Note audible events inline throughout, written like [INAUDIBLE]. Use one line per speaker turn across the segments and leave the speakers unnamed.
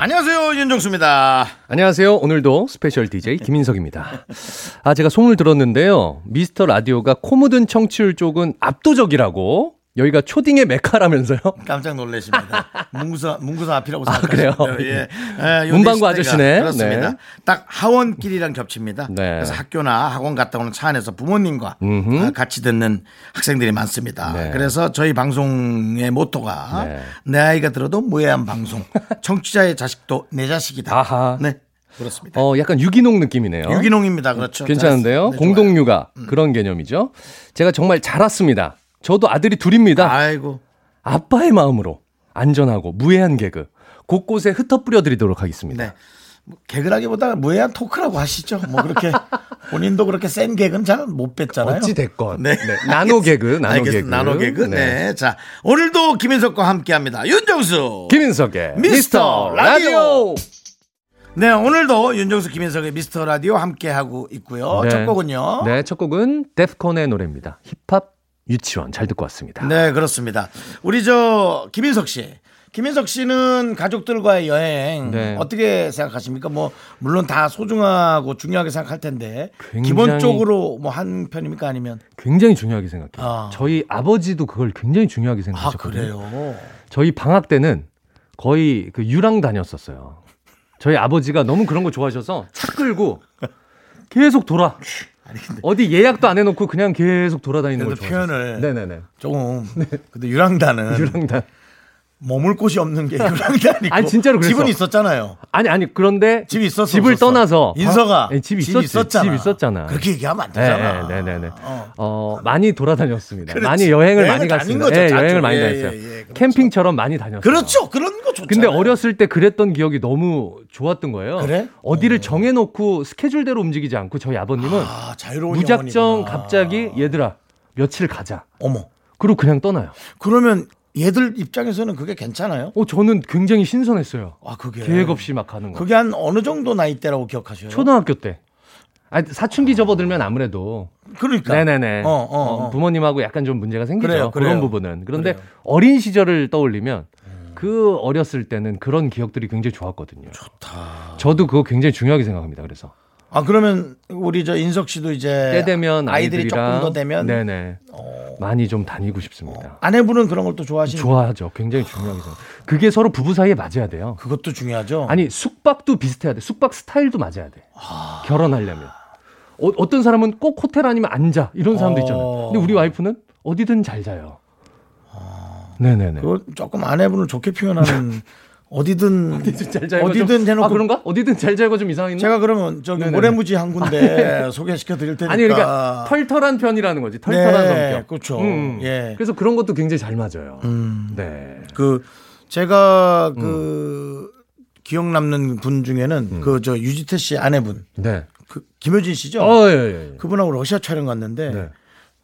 안녕하세요 윤정수입니다.
안녕하세요. 오늘도 스페셜
[LAUGHS]
DJ 김인석입니다. 아, 제가 소문을 들었는데요. 미스터 라디오가 코 묻은 청취율 쪽은 압도적이라고 여기가 초딩의 메카라면서요. [LAUGHS]
깜짝 놀라십니다. 문구사 문구사 앞이라고
아,
생각하시면
그래요? 음.
돼요. 예. 예,
문방구
요리 시대가
아저씨네.
그렇습니다.
네.
딱 하원길이랑 겹칩니다.
네.
그래서 학교나 학원 갔다 오는 차 안에서 부모님과
음흠.
아, 같이 듣는 학생들이 많습니다.
네.
그래서 저희 방송의 모토가
네.
내 아이가 들어도 무해한
[LAUGHS]
방송. 청취자의 자식도 내 자식이다.
아하.
네. 그렇습니다.
어, 약간 유기농 느낌이네요.
유기농입니다. 그렇죠.
괜찮은데요?
네, 좋아요.
공동육아 그런 개념이죠. 제가 정말 자랐습니다. 저도 아들이 둘입니다.
아이고.
아빠의 마음으로 안전하고 무해한 개그 곳곳에 흩어 뿌려드리도록 하겠습니다.
네. 뭐 개그라기보다 무해한 토크라고 하시죠. 뭐
[LAUGHS]
그렇게 본인도 그렇게 센 개그는 잘 못 뺐잖아요.
어찌 됐건
네.
나노 개그, 나노
알겠습니다.
개그,
나노 개그. 네.
네.
자, 오늘도 김인석과 함께 합니다. 윤정수.
김인석의
미스터
미스터
라디오.
라디오.
네, 오늘도 윤정수 김인석의 미스터 라디오 함께 하고 있고요.
네.
어, 첫 곡은요.
네, 첫 곡은 데프콘의 노래입니다. 힙합 유치원 잘 듣고 왔습니다.
네, 그렇습니다. 우리 저 김인석 씨. 김인석 씨는 가족들과의 여행
네.
어떻게 생각하십니까? 뭐 물론 다 소중하고 중요하게 생각할 텐데
굉장히-
기본적으로 뭐 한 편입니까 아니면
굉장히 중요하게 생각해요.
아.
저희 아버지도 그걸 굉장히 중요하게
아
생각하셨거든요.
그래요.
저희 방학 때는 거의 그 유랑 다녔었어요. 저희 아버지가 너무 그런 거 좋아하셔서 차 끌고 계속 돌아. 어디 예약도 안 해놓고 그냥 계속 돌아다니는 걸
그래도
좋아하셨어요.
표현을-
네네네.
조금 근데 유랑단은
유랑단.
머물 곳이 없는 게 유랑단이고
[LAUGHS] 아니, 진짜로 그랬어.
집은 있었잖아요.
아니 아니 그런데
집이 있었어.
을
없었어?
떠나서
인서가
네, 집
집이
있었지.
있었잖아.
집 있었잖아.
그렇게 얘기하면 안
네,
되잖아.
네, 네, 네.
어.
어. 많이 돌아다녔습니다.
그렇지.
많이 여행을
여행을 다닌
많이 갔습니다.
거죠,
예,
자주.
여행을 많이
예,
다녔어요.
예, 예, 그렇죠.
캠핑처럼 많이 다녔어요.
그렇죠. 그런 거 좋잖아.
근데 어렸을 때 그랬던 기억이 너무 좋았던 거예요.
그래?
어디를 정해놓고 스케줄대로 움직이지 않고 저희 아버님은
아, 자유로운
무작정
영혼이구나.
갑자기 얘들아 며칠 가자.
어머.
그리고 그냥 떠나요.
그러면 얘들 입장에서는 그게 괜찮아요?
어 저는 굉장히 신선했어요.
아, 그게
계획 없이 막 가는 거.
그게 한 어느 정도 나이 대라고 기억하셔요?
초등학교 때. 아 사춘기 접어들면 아무래도
그러니까.
네네네.
어, 어, 어.
어, 부모님하고 약간 좀 문제가 생기죠.
그래요,
그런
그래요.
부분은. 그런데
그래요. 음.
어린 시절을 떠올리면 그 어렸을 때는 그런 기억들이 굉장히 좋았거든요. 좋다. 저도 그거 굉장히 중요하게 생각합니다. 그래서
아, 그러면 우리 저 인석 씨도 이제
때 되면
네, 아이들이
아이들이랑
조금 더 되면 어.
네네 많이 좀 다니고 싶습니다.
아내분은 그런 걸 또 좋아하시는
좋아하죠. 굉장히 중요하게 생각. 그게 서로 부부 사이에 맞아야 돼요.
그것도 중요하죠.
아니 숙박도 비슷해야 돼. 숙박 스타일도 어. 맞아야 돼. 결혼하려면 어, 어떤 사람은 꼭 호텔 아니면 안 자 이런 사람도
어.
있잖아요. 근데 우리 와이프는 어디든 잘 자요. 아. 네네네.
그걸 조금 아내분을 좋게
[LAUGHS]
표현하는 어디든
어디든 잘 자요.
어디든
좀,
해놓고
아 그런가? 어디든 잘 자요가 좀 이상했나?
제가 그러면 저기
네네네. 아, 네.
모래무지 한 군데 [LAUGHS] 소개시켜 드릴 테니까
아니 그러니까 털털한 편이라는 거지.
네,
털털한 성격.
그렇죠.
음.
예.
그래서 그런 것도 굉장히 잘 맞아요. 네.
그 제가 그
음.
기억 남는 분 중에는 그 저 유지태 씨 아내분
네.
그 김효진 씨죠.
어, 예, 예, 예.
그분하고 러시아 촬영 갔는데
네.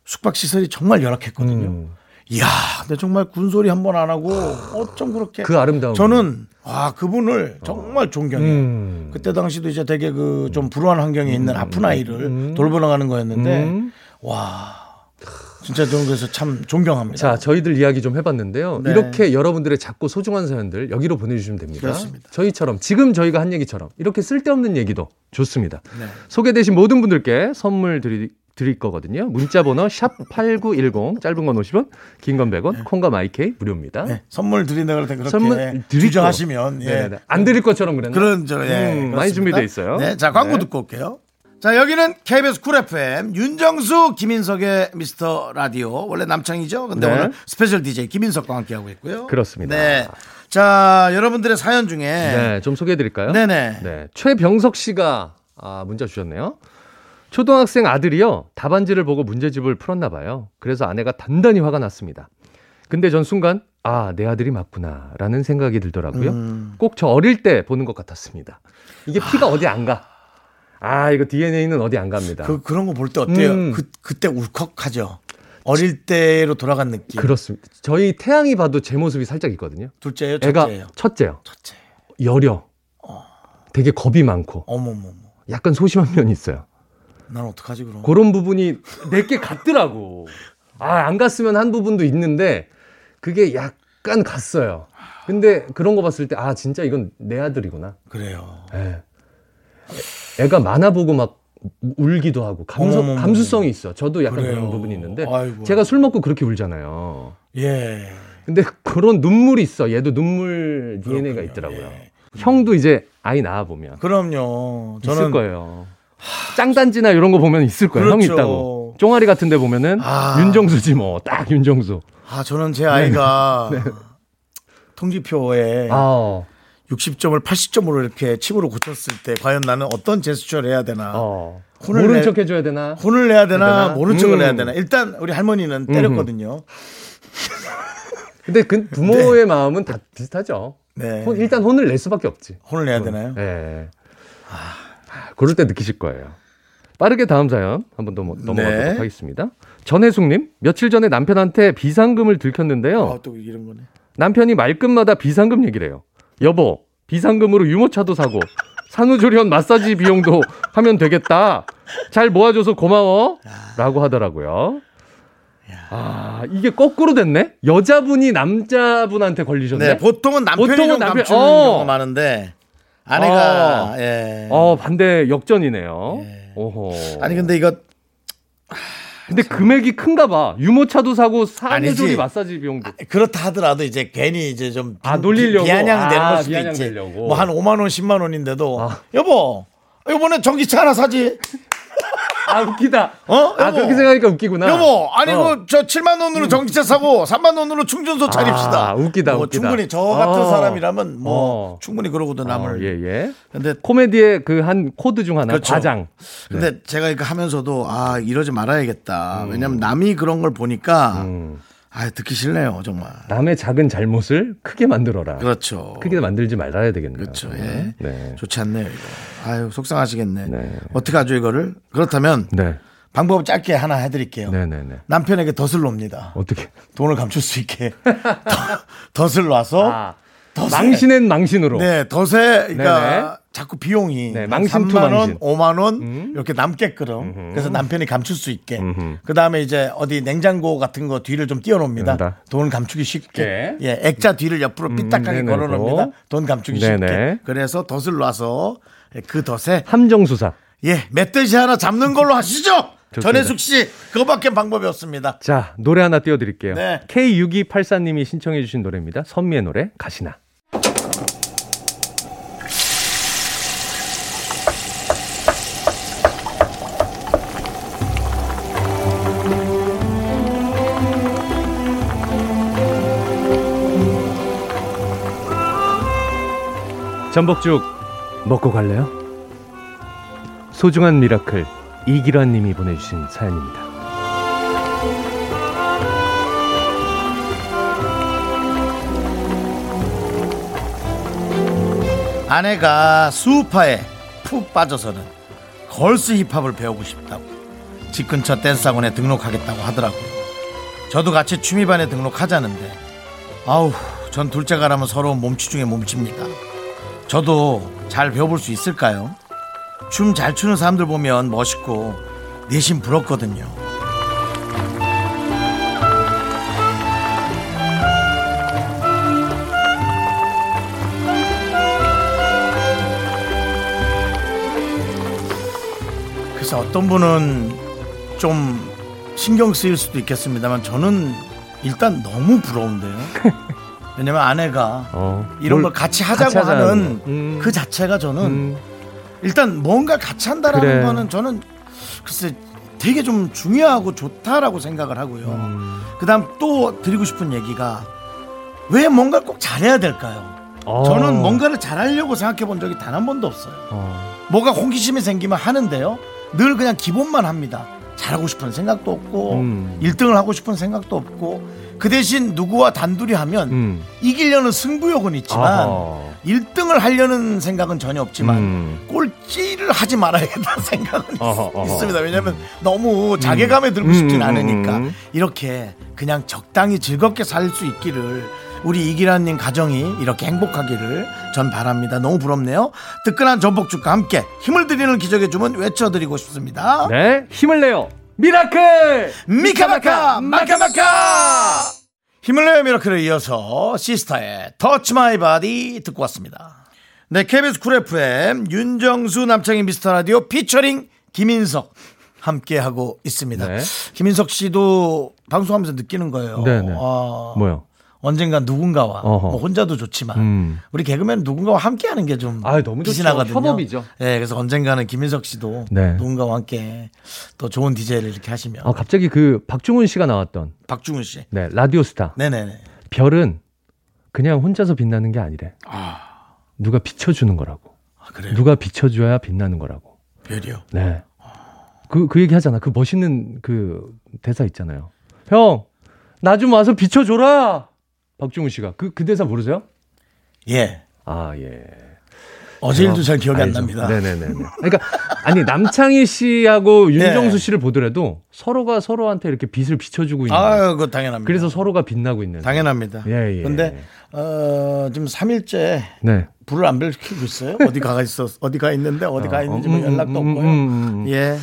숙박 시설이 정말 열악했거든요.
음. 아.
이야, 근데 정말 군소리 한 번 안 하고 어쩜 그렇게
그 아름다움.
저는 아 그분을 정말 존경해요.
음.
그때 당시도 이제 되게 그 좀 불우한 환경에 있는 아픈 아이를 돌보러 가는 거였는데
음.
와 진짜 저는 그래서 참 존경합니다.
자, 저희들 이야기 좀 해봤는데요.
네.
이렇게 여러분들의 작고 소중한 사연들 여기로 보내주시면 됩니다.
그렇습니다.
저희처럼 지금 저희가 한 얘기처럼 이렇게 쓸데없는 얘기도 좋습니다.
네.
소개되신 모든 분들께 선물 드리, 드릴 거거든요. 문자번호 [LAUGHS] 샵 #8910 짧은 건 50원, 긴 건 100원, 콩과 마이케이 무료입니다.
네, 선물 드린다 그럴 때 그렇게
선물 드릴
주장하시면
거.
예.
네네네. 안 드릴 것처럼 그랬나?
그런 저 예,
음,
그렇습니다.
많이 준비돼 있어요.
네, 자 광고
네.
듣고 올게요. 자 여기는 KBS 쿨 FM 윤정수 김인석의 미스터 라디오 원래 남창이죠. 근데
네.
오늘 스페셜 DJ 김인석과 함께 하고 있고요.
그렇습니다.
네, 자 여러분들의 사연 중에
네, 좀 소개해드릴까요?
네네.
네, 최병석 씨가 아, 문자 주셨네요. 초등학생 아들이요 답안지를 보고 문제집을 풀었나 봐요. 그래서 아내가 단단히 화가 났습니다. 근데 전 순간 아, 내 아들이 맞구나라는 생각이 들더라고요.
음.
꼭 저 어릴 때 보는 것 같았습니다. 이게 피가 어디 안 가. 아, 이거 DNA는 어디 안 갑니다.
그, 그런 거 볼 때 어때요?
음.
그, 그때 울컥하죠. 어릴 때로 돌아간 느낌.
그렇습니다. 저희 태양이 봐도 제 모습이 살짝 있거든요.
둘째예요,
애가
첫째예요.
첫째요.
첫째. 어.
여려. 되게 겁이 많고
어머머머.
약간 소심한 면이 있어요.
난 어떡하지 그럼?
그런 부분이 내게 같더라고. 아, 안 갔으면 한 부분도 있는데 그게 약간 갔어요. 근데 그런 거 봤을 때 아, 진짜 이건 내 아들이구나.
그래요.
예. 애가 만화 보고 막 울기도 하고 감성,
어머머머.
감수성이 있어. 저도 약간 그런
그래요.
부분이 있는데
아이고.
제가 술 먹고 그렇게 울잖아요.
예.
근데 그런 눈물이 있어. 얘도 눈물 DNA가
그렇군요.
있더라고요.
예.
형도 이제 아이 낳아 보면
그럼요. 저는
있을 거예요. 짱단지나 이런 거 보면 있을 거예요. 형이
그렇죠.
있다고. 종아리 같은 데 보면은
아.
윤정수지 뭐. 딱 윤정수.
아, 저는 제
[LAUGHS]
아이가 통지표에
네, 아.
60점을 80점으로 이렇게 침으로 고쳤을 때 과연 나는 어떤 제스처를 해야 되나?
어.
혼을
모른
내-
척 해줘야 되나?
혼을 내야 되나,
되나?
모른 척을
음.
해야 되나? 일단 우리 할머니는 때렸거든요.
근데 그 부모의 마음은 다 비슷하죠.
네.
혼- 일단 혼을 낼 수밖에 없지.
혼을 내야 되나요?
예. 아, 그럴 때 느끼실 거예요. 빠르게 다음 사연 한번 넘어, 넘어가도록
네.
하겠습니다. 전혜숙님, 며칠 전에 남편한테 비상금을 들켰는데요.
아, 또 이런 거네.
남편이 말끝마다 비상금 얘기를 해요. 여보, 비상금으로 유모차도 사고 산후조리원 마사지 비용도 하면 되겠다. 잘 모아줘서 고마워.라고 하더라고요. 아, 이게 거꾸로 됐네. 여자분이 남자분한테 걸리셨네.
네, 보통은 남편이
보통은
좀
남편-
감추는
어.
경우가 많은데 아내가
어.
예.
어, 반대 역전이네요. 오호.
아니 근데 이거
근데 금액이 큰가 봐. 유모차도 사고
아니지.
산후조리 마사지 비용도.
그렇다 하더라도 이제 괜히 이제 좀
아, 놀리려고?
비아냥되는
아,
걸 수도 있지.
비아냥되려고.
뭐 한 5만 원, 10만 원인데도
아.
여보 이번에 전기차 하나 사지.
아, 웃기다.
어?
아,
여보.
그렇게 생각하니까 웃기구나.
여보 아니 그
어.
저 7만 원으로 전기차 사고 3만 원으로 충전소 차립시다.
아, 웃기다,
뭐
웃기다.
충분히 저 같은
어.
사람이라면 뭐
어.
충분히 그러고도
어,
남을.
예, 예.
근데
코미디의 그 한 코드 중 하나
그렇죠.
과장.
근데 제가 이거 하면서도 아 이러지
음.
말아야겠다. 왜냐면 남이 그런 걸 보니까 아 듣기 싫네요 정말.
남의 작은 잘못을 크게 만들어라.
그렇죠.
크게 만들지 말아야 되겠네요.
그렇죠. 예.
네.
좋지 않네요 이거. 아유 속상하시겠네.
네.
어떻게 하죠 이거를? 그렇다면
네.
방법 짧게 하나 해드릴게요.
네, 네, 네.
남편에게 덫을 놉니다.
어떻게?
돈을 감출 수
[LAUGHS]
있게 덫- 덫을 놔서
아.
덫에
망신엔 망신으로.
네 덫에 그러니까
네네.
자꾸 비용이
네,
한
망신 투
3만 원,
망신. 음.
5만 원 이렇게 남게끔 그래서 남편이 감출 수 있게 그 다음에 이제 어디 냉장고 같은 거 뒤를 좀 띄워놓습니다.
된다.
돈을 감추기 쉽게
쉽게.
예 액자 뒤를 옆으로 삐딱하게
네네,
걸어놓습니다.
그거.
돈 감추기 쉽게
네네.
그래서 덫을 놔서 그 덫에
함정수사.
예, 멧돼지 하나 잡는 걸로 하시죠.
좋습니다.
전혜숙 씨, 그거밖에 방법이 없습니다.
자, 노래 하나 띄워드릴게요.
네.
K6284님이 신청해주신 노래입니다. 선미의 노래, 가시나. 전복죽 먹고 갈래요? 소중한 미라클 이기란님이 보내주신 사연입니다.
아내가 수우파에 푹 빠져서는 걸스 힙합을 배우고 싶다고 집 근처 댄스 학원에 등록하겠다고 하더라고요. 저도 같이 취미반에 등록하자는데 아우 전 둘째가라면 서러운 몸치 중에 몸치입니다. 저도 잘 배워볼 수 있을까요? 춤 잘 추는 사람들 보면 멋있고 내심 부럽거든요. 그래서 어떤 분은 좀 신경 쓰일 수도 있겠습니다만 저는 일단 너무
[LAUGHS]
부러운데요. 왜냐면 아내가
어,
이런
뭘
걸 같이 하자고
같이 하자는
하는
거. 음.
그 자체가 저는
음.
일단 뭔가 같이 한다라는
그래.
거는 저는 글쎄 되게 좀 중요하고 좋다라고 생각을 하고요. 그다음 또 드리고 싶은 얘기가 왜 뭔가 꼭 잘해야 될까요?
어.
저는 뭔가를 잘하려고 생각해 본 적이 단 한 번도 없어요.
어.
뭐가 호기심이 생기면 하는데요. 늘 그냥 기본만 합니다. 잘하고 싶은 생각도 없고
음.
일 1등을 하고 싶은 생각도 없고 그 대신 누구와 단둘이 하면
음.
이기려는 승부욕은 있지만
아하.
일 1등을 하려는 생각은 전혀 없지만
음.
꼴찌를 하지 말아야겠다는 [LAUGHS] 생각은
어허, 어허.
있습니다. 왜냐하면 너무 자괴감에 들고 싶진
음, 음,
않으니까
음.
이렇게 그냥 적당히 즐겁게 살 수 있기를 우리 이기란님 가정이 이렇게 행복하기를 전 바랍니다. 너무 부럽네요. 뜨끈한 전복죽과 함께 힘을 드리는 기적의 주문 외쳐드리고 싶습니다.
네, 힘을 내요. 미라클!
미카마카 마카마카 힘을 내요 미라클에 이어서 시스타의 터치 마이 바디 듣고 왔습니다 네 KBS 쿨 FM 윤정수 남창희 미스터 라디오 피처링 김인석 함께하고 있습니다
네.
김인석 씨도 방송하면서 느끼는 거예요
네, 네.
어,
뭐요?
언젠가 누군가와
어허.
뭐 혼자도 좋지만
음.
우리 개그맨 누군가와 함께하는 게 좀
아유, 너무 좋죠.
빛이 나거든요.
협업이죠.
예, 그래서 언젠가는 김인석 씨도
네.
누군가와 함께 또 좋은 DJ를 이렇게 하시면
아, 갑자기 그 박중훈 씨가 나왔던
박중훈 씨.
네, 라디오 스타.
네네네.
별은 그냥 혼자서 빛나는 게 아니래. 누가 비춰주는 거라고.
아, 그래요.
누가 비춰줘야 빛나는 거라고.
별이요.
네.
아.
그, 그 얘기 하잖아. 그 멋있는 그 대사 있잖아요. 형, 나 좀 와서 비춰줘라! 박중훈 씨가. 그, 그 대사 모르세요?
예.
아, 예.
어제 일도 잘 기억이 안 납니다.
네네네. 그러니까, 아니, 남창희 씨하고
네.
윤정수 씨를 보더라도 서로가 서로한테 이렇게 빛을 비춰주고 있는.
아유, 그거 당연합니다.
그래서 서로가 빛나고 있는.
당연합니다.
예, 예.
근데, 어, 지금 3일째
네.
불을 안 밝히고 있어요? 어디 가 있어? 어디 가 있는데, 어디 가 있는지 뭐
음,
연락도
음,
없고요.
음, 음, 음.
예.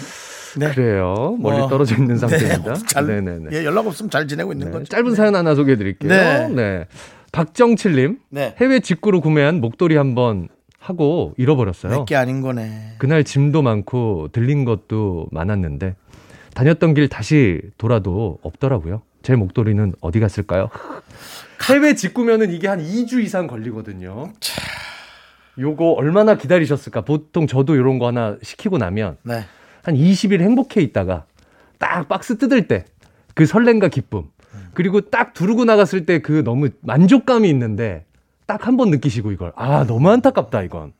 네.
그래요. 멀리
어,
떨어져 [LAUGHS] 있는 상태입니다.
네, 잘,
네네네. 네
예, 연락 없으면 잘 지내고 있는 거죠.
짧은 사연 하나 소개해 드릴게요.
네.
네. 박정칠님,
네.
해외 직구로 구매한 목도리 한번 하고 잃어버렸어요.
내게 아닌 거네.
그날 짐도 많고 들린 것도 많았는데 다녔던 길 다시 돌아도 없더라고요. 제 목도리는 어디 갔을까요? [LAUGHS] 해외 직구면은 이게 한 2주 이상 걸리거든요. 요거 얼마나 기다리셨을까? 보통 저도 요런 거 하나 시키고 나면
네.
한 20일 행복해 있다가 딱 박스 뜯을 때 그 설렘과 기쁨 그리고 딱 두르고 나갔을 때 그 너무 만족감이 있는데 딱 한 번 느끼시고 이걸 아 너무 안타깝다 이건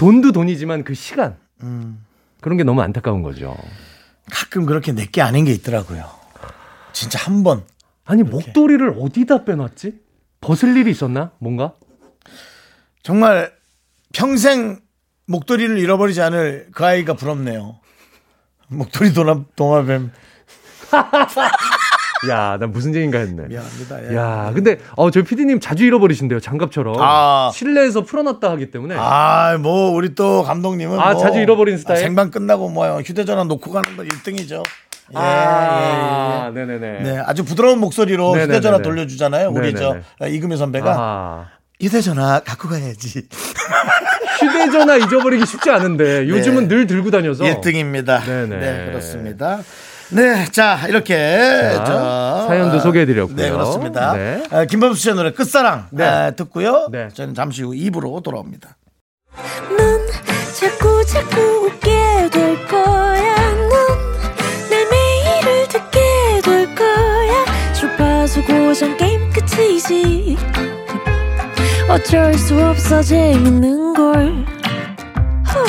돈도 돈이지만 그 시간
음,
그런 게 너무 안타까운 거죠
가끔 그렇게 내게 아닌 게 있더라고요. 진짜 한 번.
아니 목도리를 어디다 빼놨지 벗을 일이 있었나 뭔가
정말 평생 목도리를 잃어버리지 않을 그 아이가 부럽네요. 목도리 도나, 도마뱀
야 나 무슨 얘기인가 했네
미안합니다. 예.
야 근데 어 저희 PD님 자주 잃어버리신대요 장갑처럼
아.
실내에서 풀어놨다 하기 때문에
아, 뭐 우리 또 감독님은
아,
뭐
자주 잃어버린 스타일?
아, 생방 끝나고 뭐 휴대전화 놓고 가는 건 1등이죠. 예,
아,
예,
네네네
예. 네, 아주 부드러운 목소리로
네네네네.
휴대전화 돌려주잖아요. 우리
네네네.
저 이금희 선배가
아.
휴대전화 갖고 가야지. [LAUGHS]
휴대전화 잊어버리기 쉽지 않은데 요즘은
네.
늘 들고 다녀서
1등입니다.
네네.
네, 그렇습니다. 네, 자 이렇게 저,
사연도
아,
소개해드렸고요.
네, 그렇습니다.
네.
아, 김범수 씨의 노래 끝사랑
네.
아, 듣고요.
네.
저는 잠시 후 2부로 돌아옵니다.
넌 자꾸 자꾸 웃게 될 거야. 넌내 매일을 듣게 될 거야. 주파수 고정 게임 끝이지. 어쩔 수 없어 재밌는 걸. 후.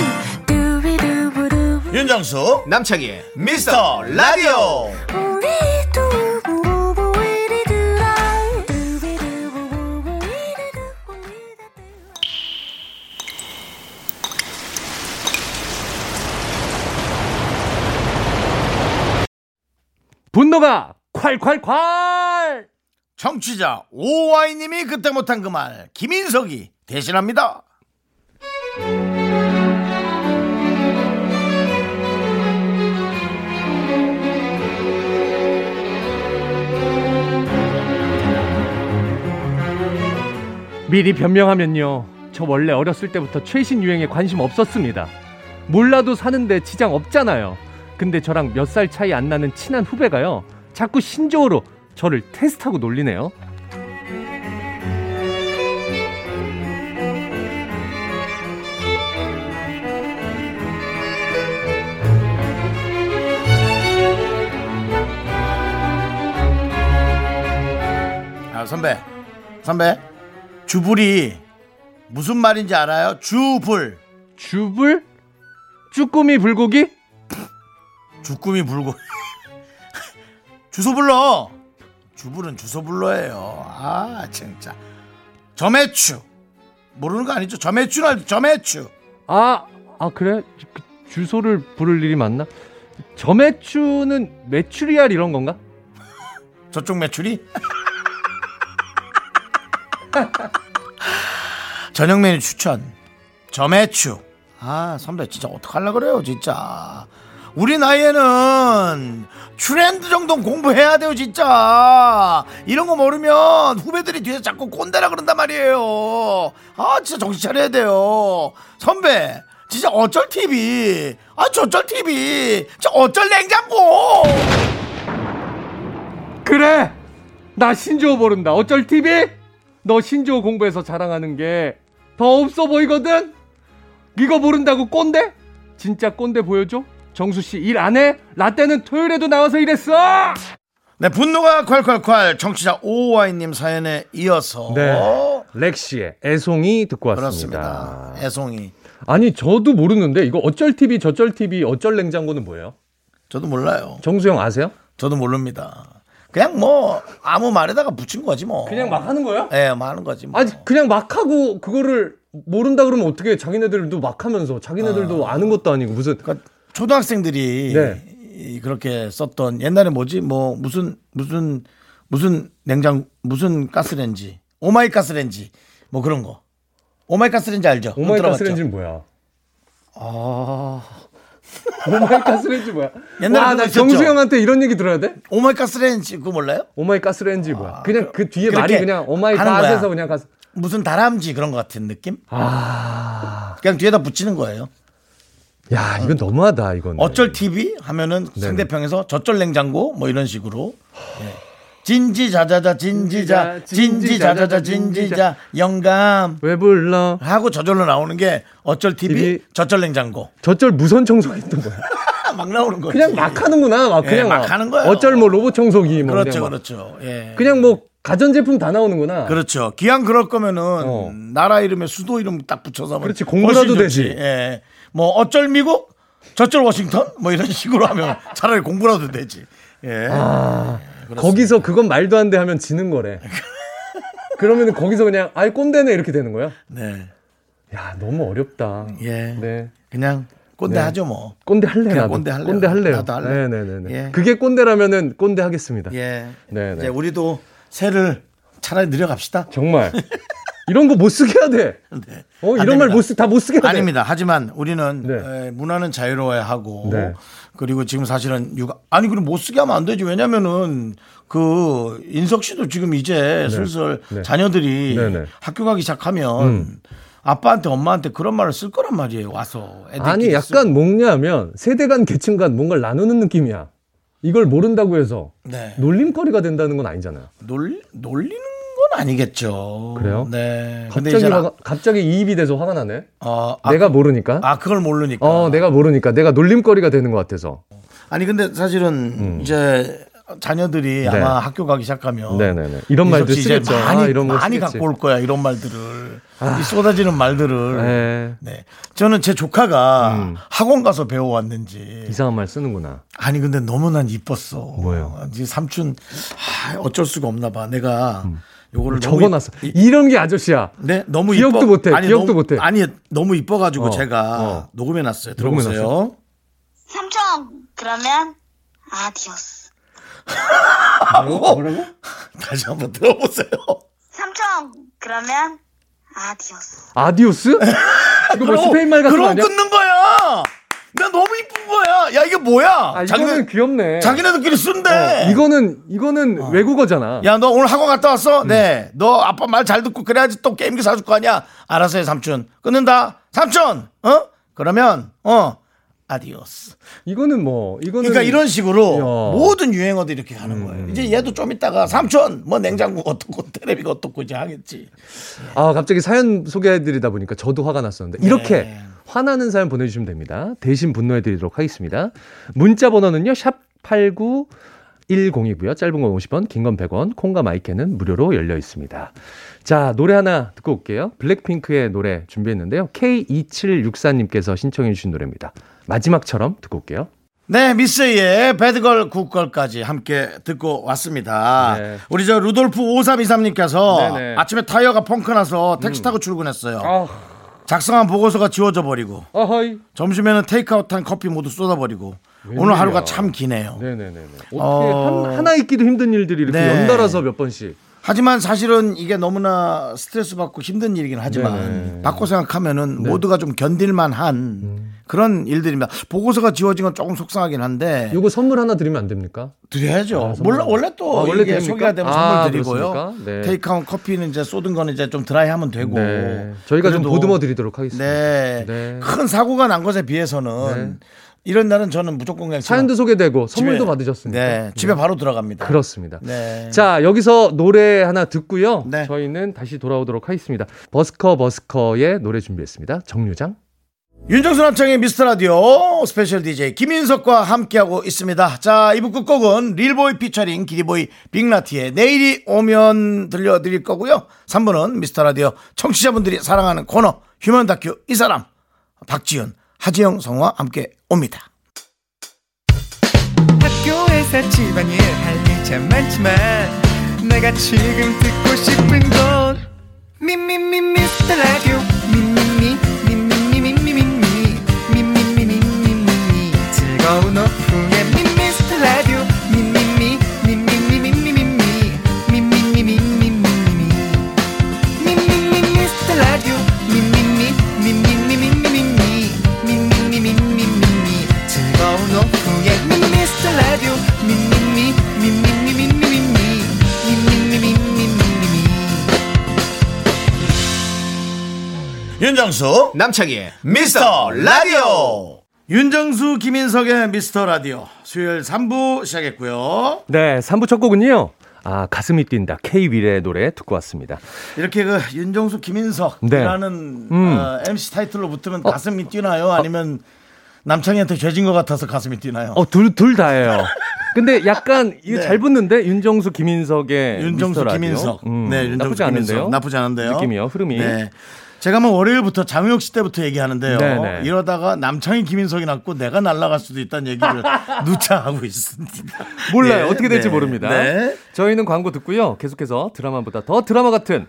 두비두부두.
윤정수 남창희 미스터 라디오.
우리 두부부부 우리 두라. 두비두부부부 우리 두부 우리 두부.
분노가 콸콸콸!
청취자 오와이님이 그때 못한 그 말 김인석이 대신합니다.
미리 변명하면요. 저 원래 어렸을 때부터 최신 유행에 관심 없었습니다. 몰라도 사는데 지장 없잖아요. 근데 저랑 몇 살 차이 안 나는 친한 후배가요. 자꾸 신조어로 저를 테스트하고 놀리네요.
아, 선배, 선배, 주불이 무슨 말인지 알아요? 주불,
주불? 쭈꾸미 불고기?
주꾸미 불고 [LAUGHS] 주소 불러 주불은 주소 불러예요 아 진짜 점액추 모르는 거 아니죠 점액추는 알- 점액추
아, 아 그래? 주- 그 주소를 부를 일이 맞나? 저매추는 메추리알 이런 건가?
저쪽 매출이 [LAUGHS] 저녁 메뉴 추천 점액추 아 선배 진짜 어떡하려 그래요 진짜 우리 나이에는 트렌드 정도는 공부해야 돼요 진짜 이런 거 모르면 후배들이 뒤에서 자꾸 꼰대라 그런단 말이에요 아 진짜 정신 차려야 돼요 선배 진짜 어쩔 TV 아 저쩔 TV 진짜 어쩔 냉장고
그래! 나 신조어 모른다. 어쩔 TV? 너 신조어 공부해서 자랑하는 게 더 없어 보이거든? 이거 모른다고 꼰대? 진짜 꼰대 보여줘? 정수 씨 일 안 해? 라떼는 토요일에도 나와서 일했어!
네, 분노가 콸콸콸 청취자 오와이님 사연에 이어서
렉시의 애송이 듣고
그렇습니다. 애송이
아니, 저도 모르는데 이거 어쩔 TV, 저쩔 TV, 어쩔 냉장고는 뭐예요?
저도 몰라요.
정수영 아세요?
저도 모릅니다. 그냥 뭐 아무 말에다가 붙인 거지 뭐.
그냥 막 하는 거예요?
예, 뭐 하는 거지 뭐.
아니 그냥 막 하고 그거를 모른다 그러면 어떻게 해? 자기네들도 막 하면서 자기네들도 아는 것도 아니고 무슨
그러니까 초등학생들이
네.
이- 그렇게 썼던 옛날에 뭐지 뭐 무슨 무슨 무슨 냉장 무슨 가스레인지 오마이 가스레인지 뭐 그런 거. 오마이 가스레인지 알죠?
오마이
들어봤죠?
가스레인지는 뭐야? 아 오마이
[LAUGHS]
가스레인지 뭐야?
옛날에
와,
그거
나
있었죠?
정수 형한테 이런 얘기 들어야 돼?
오마이 가스레인지 그거 몰라요?
오마이 가스레인지 뭐야? 그냥 그, 뒤에
아, 그렇게
말이 그냥 오마이
하는 거야.
가스에서 그냥 가스
무슨 다람쥐 그런 것 같은 느낌? 그냥 뒤에다 붙이는 거예요.
야 이건 너무하다 이건
어쩔 TV 하면은 상대평에서 저쩔 냉장고 뭐 이런 식으로. 예. 진지자자자 진지자 진지자자자 진지자 영감
왜 불러?
하고 저절로 나오는 게 어쩔 TV
TV.
저쩔 냉장고
저쩔 무선 청소기 또
[LAUGHS]
뭐야?
막 나오는 거지.
그냥 막 하는구나 막
예,
그냥
막 하는 거예요.
어쩔 뭐 로봇 청소기 뭐
그렇죠
그냥 막.
그렇죠. 예.
그냥 뭐 가전제품 다 나오는구나.
그렇죠. 기왕 그럴 거면은
아. 어.
나라 이름에 수도 이름 딱 붙여서 하면
그렇지, 공부라도
훨씬 좋지.
되지.
예. 뭐 어쩔 미국 저쩔 워싱턴 뭐 이런 [LAUGHS] 식으로 하면 차라리 공부라도 되지. 예.
아. 거기서 그건 말도 안 돼 하면 지는 거래. 그러면 거기서 그냥 아이 꼰대네 이렇게 되는 거야?
네.
야 너무 어렵다.
예.
네.
그냥 꼰대
네.
하죠 뭐.
꼰대 할래
그냥
나도.
꼰대 할래요.
요
나도 할래요.
네네네.
예.
그게 꼰대라면은 꼰대 하겠습니다.
예.
네, 네.
이제 우리도 새를 차라리 늘려갑시다.
정말 이런 거 못 쓰게 해야 돼. 어 이런 말 못 쓰 다 못 쓰게 해야 돼.
아닙니다. 하지만 우리는
네.
에, 문화는 자유로워야 하고
네.
그리고 지금 사실은 육아 아니 그럼 못 쓰게 하면 안 되지. 왜냐면은 그 인석 씨도 지금 이제 슬슬
네.
자녀들이
네, 음. 네.
학교 가기 시작하면 아빠한테 엄마한테 그런 말을 쓸 거란 말이에요. 와서 애들끼리
아니 약간
쓰고.
뭐냐면 세대 간 계층 간 뭔가를 나누는 느낌이야. 이걸 모른다고 해서
네.
놀림거리가 된다는 건 아니잖아요.
놀 놀리는 건 아니겠죠.
그래요?
네. 근데
갑자기
이제
화가, 갑자기 이입이 돼서 화가 나네.
어, 아,
내가 모르니까.
아 그걸 모르니까.
어, 내가 모르니까 내가 놀림거리가 되는 것 같아서.
아니 근데 사실은 이제 자녀들이 아마 학교 가기 시작하면
음. 네. 네네네. 이런 말들
어. 이석씨 이제
쓰겠죠.
많이,
아, 이런 거
많이
쓰겠지.
갖고 올 거야 이런 말들을 이 쏟아지는 말들을.
에,
네, 저는 제 조카가
음.
학원 가서 배워왔는지
이상한 말 쓰는구나.
아니 근데 너무 난 이뻤어.
뭐예요?
이제 삼촌 아, 어쩔 수가 없나 봐. 내가 요거를 너무
음. 적어놨어.
이-
이런 게 아저씨야.
네, 너무
기억도
이뻐.
못해, 기억도
너무,
못해.
아니 너무 이뻐가지고
어,
제가
어.
녹음해놨어요.
녹음해놨어요?
들어보세요.
삼촌 그러면 아디오스
뭐라고? 다시 한번 들어보세요.
삼촌 그러면 아디오스
[LAUGHS]
아디오스? 이거 뭐 스페인 말 같은 거
그럼
아니야?
끊는 거야. 나 너무 이쁜 거야. 야 이게 뭐야?
아, 이거는 귀엽네.
자기네들끼리 쓴대.
어, 이거는 이거는 외국어잖아.
야 너 오늘 학원 갔다 왔어? 네. 너 아빠 말 잘 듣고 그래야지 또 게임기 사줄 거 아니야. 알았어요 삼촌. 끊는다. 삼촌. 어? 그러면 어 아디오스.
이거는 뭐 이거는
그러니까 이런 식으로
야. 음.
모든 유행어도 이렇게 가는 거예요. 이제 얘도 좀 이따가 삼촌 뭐 냉장고 어떻고 테레비가 어떻고 이제 하겠지.
아 갑자기 사연 소개해드리다 보니까 저도 화가 났었는데 이렇게
네.
화나는 사연 보내주시면 됩니다. 대신 분노해드리도록 하겠습니다. 문자 번호는요 샵 #89 10이고요. 짧은 건 50원, 긴 건 100원, 콩과 마이크는 무료로 열려 있습니다. 자, 노래 하나 듣고 올게요. 블랙핑크의 노래 준비했는데요. K2764님께서 신청해주신 노래입니다. 마지막처럼 듣고 올게요.
네, 미스의 배드걸 국걸까지 함께 듣고 왔습니다.
네.
우리 저 루돌프 5323님께서
네네. 음.
아침에 타이어가 펑크나서 택시 타고 출근했어요.
아,
작성한 보고서가 지워져 버리고
어허이.
점심에는 테이크아웃한 커피 모두 쏟아버리고 오늘
웬일이야.
하루가 참 기네요.
네네네. 어떻게
어.
한, 하나 있기도 힘든 일들이 이렇게
네.
연달아서 몇 번씩.
하지만 사실은 이게 너무나 스트레스 받고 힘든 일이긴 하지만
네네. 네. 음.
바꿔 생각하면은 모두가 좀 견딜만한 그런 일들입니다. 보고서가 지워진 건 조금 속상하긴 한데
요거 선물 하나 드리면 안 됩니까?
드려야죠. 몰라, 원래 또
아,
원래
원래
어, 이게
드립니까?
소개가 되면
아,
선물 드리고요.
그렇습니까? 네.
테이크아웃 커피는 이제 쏟은 거는 이제 좀 드라이하면 되고.
네. 저희가 좀
그래도-
보듬어 드리도록 하겠습니다.
네.
네.
큰 사고가 난 것에 비해서는 이런 날은 저는 무조건 그냥 집에-
사연도 소개되고 선물도
집에-
받으셨으니까.
네. 집에 바로 들어갑니다.
그렇습니다.
네.
자, 여기서 노래 하나 듣고요.
네.
저희는 다시 돌아오도록 하겠습니다. 버스커 버스커의 노래 준비했습니다. 정류장.
윤정수 남창의 미스터 라디오 스페셜 DJ 김인석과 함께하고 있습니다. 자, 이부 끝곡은 릴보이 피처링 기리보이 빅나티의 내일이 오면 들려드릴 거고요. 3부는 미스터 라디오 청취자분들이 사랑하는 코너 휴먼 다큐 이 사람 박지윤, 하지영 성우와 함께 옵니다.
학교에서 집안일 할 일 참 많지만 내가 지금 듣고 싶은 건 미미미 미스터 라디오 미미미 미미미 미미미 미미미 미미미 즐거운 오후에 미스터 라디오 미미미 미미미 미미미 미미미 미미미 미미미 미스터 라디오 미미미 미미미 미미미 미미미 미미미 즐거운 오후에 Mr. Radio 미미미 미미미 미미미 미미미 미미미
윤정수 남창희의 미스터 라디오 윤정수 김인석의 미스터 라디오 수요일 3부 시작했고요.
네, 3부 첫 곡은요. 아, 가슴이 뛴다. K 윌의 노래 듣고 왔습니다.
이렇게 그 윤정수 김인석이라는
네. 음.
어, MC 타이틀로 붙으면 가슴이 뛰나요? 아니면 남창희한테 죄진 것 같아서 가슴이 뛰나요?
어, 둘, 둘 다예요.
[LAUGHS]
근데 약간 이거
네.
잘 붙는데 윤정수 김인석의
윤정수
네, 미스터 라디오.
김인석,
음,
네 윤정수
나쁘지 않은데요.
김인석. 나쁘지 않은데요.
느낌이요, 흐름이.
네. 제가 뭐 월요일부터 장우혁 씨 때부터 얘기하는데요.
네, 네.
이러다가 남창희 김인석이 났고 내가 날아갈 수도 있다는 [LAUGHS] 얘기를 누차 하고 있습니다.
몰라요.
네,
어떻게 될지
네,
모릅니다.
네.
저희는 광고 듣고요. 계속해서 드라마보다 더 드라마 같은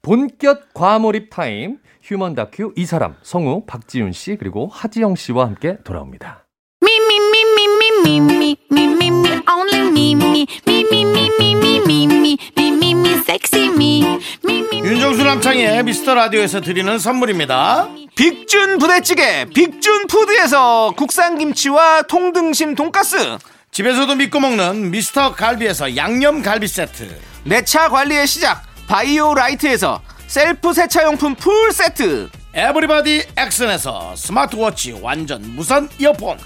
본격 과몰입 타임 휴먼 다큐 이 사람 성우 박지윤 씨 그리고 하지영 씨와 함께 돌아옵니다.
Me, me, me, me, me, me, me, me, me, me, only me, me, me, me, me, me, me, me, me, me, me, me, sexy me, me, me, me.
윤정수 남창희의 미스터 라디오에서 드리는 선물입니다.
빅준 부대찌개 빅준 푸드에서 국산 김치와 통등심 돈가스
집에서도 믿고 먹는 미스터 갈비에서 양념 갈비 세트.
내 차 관리의 시작 바이오 라이트에서 셀프 세차용품 풀 세트
에브리바디 액션에서 스마트워치 완전 무선 이어폰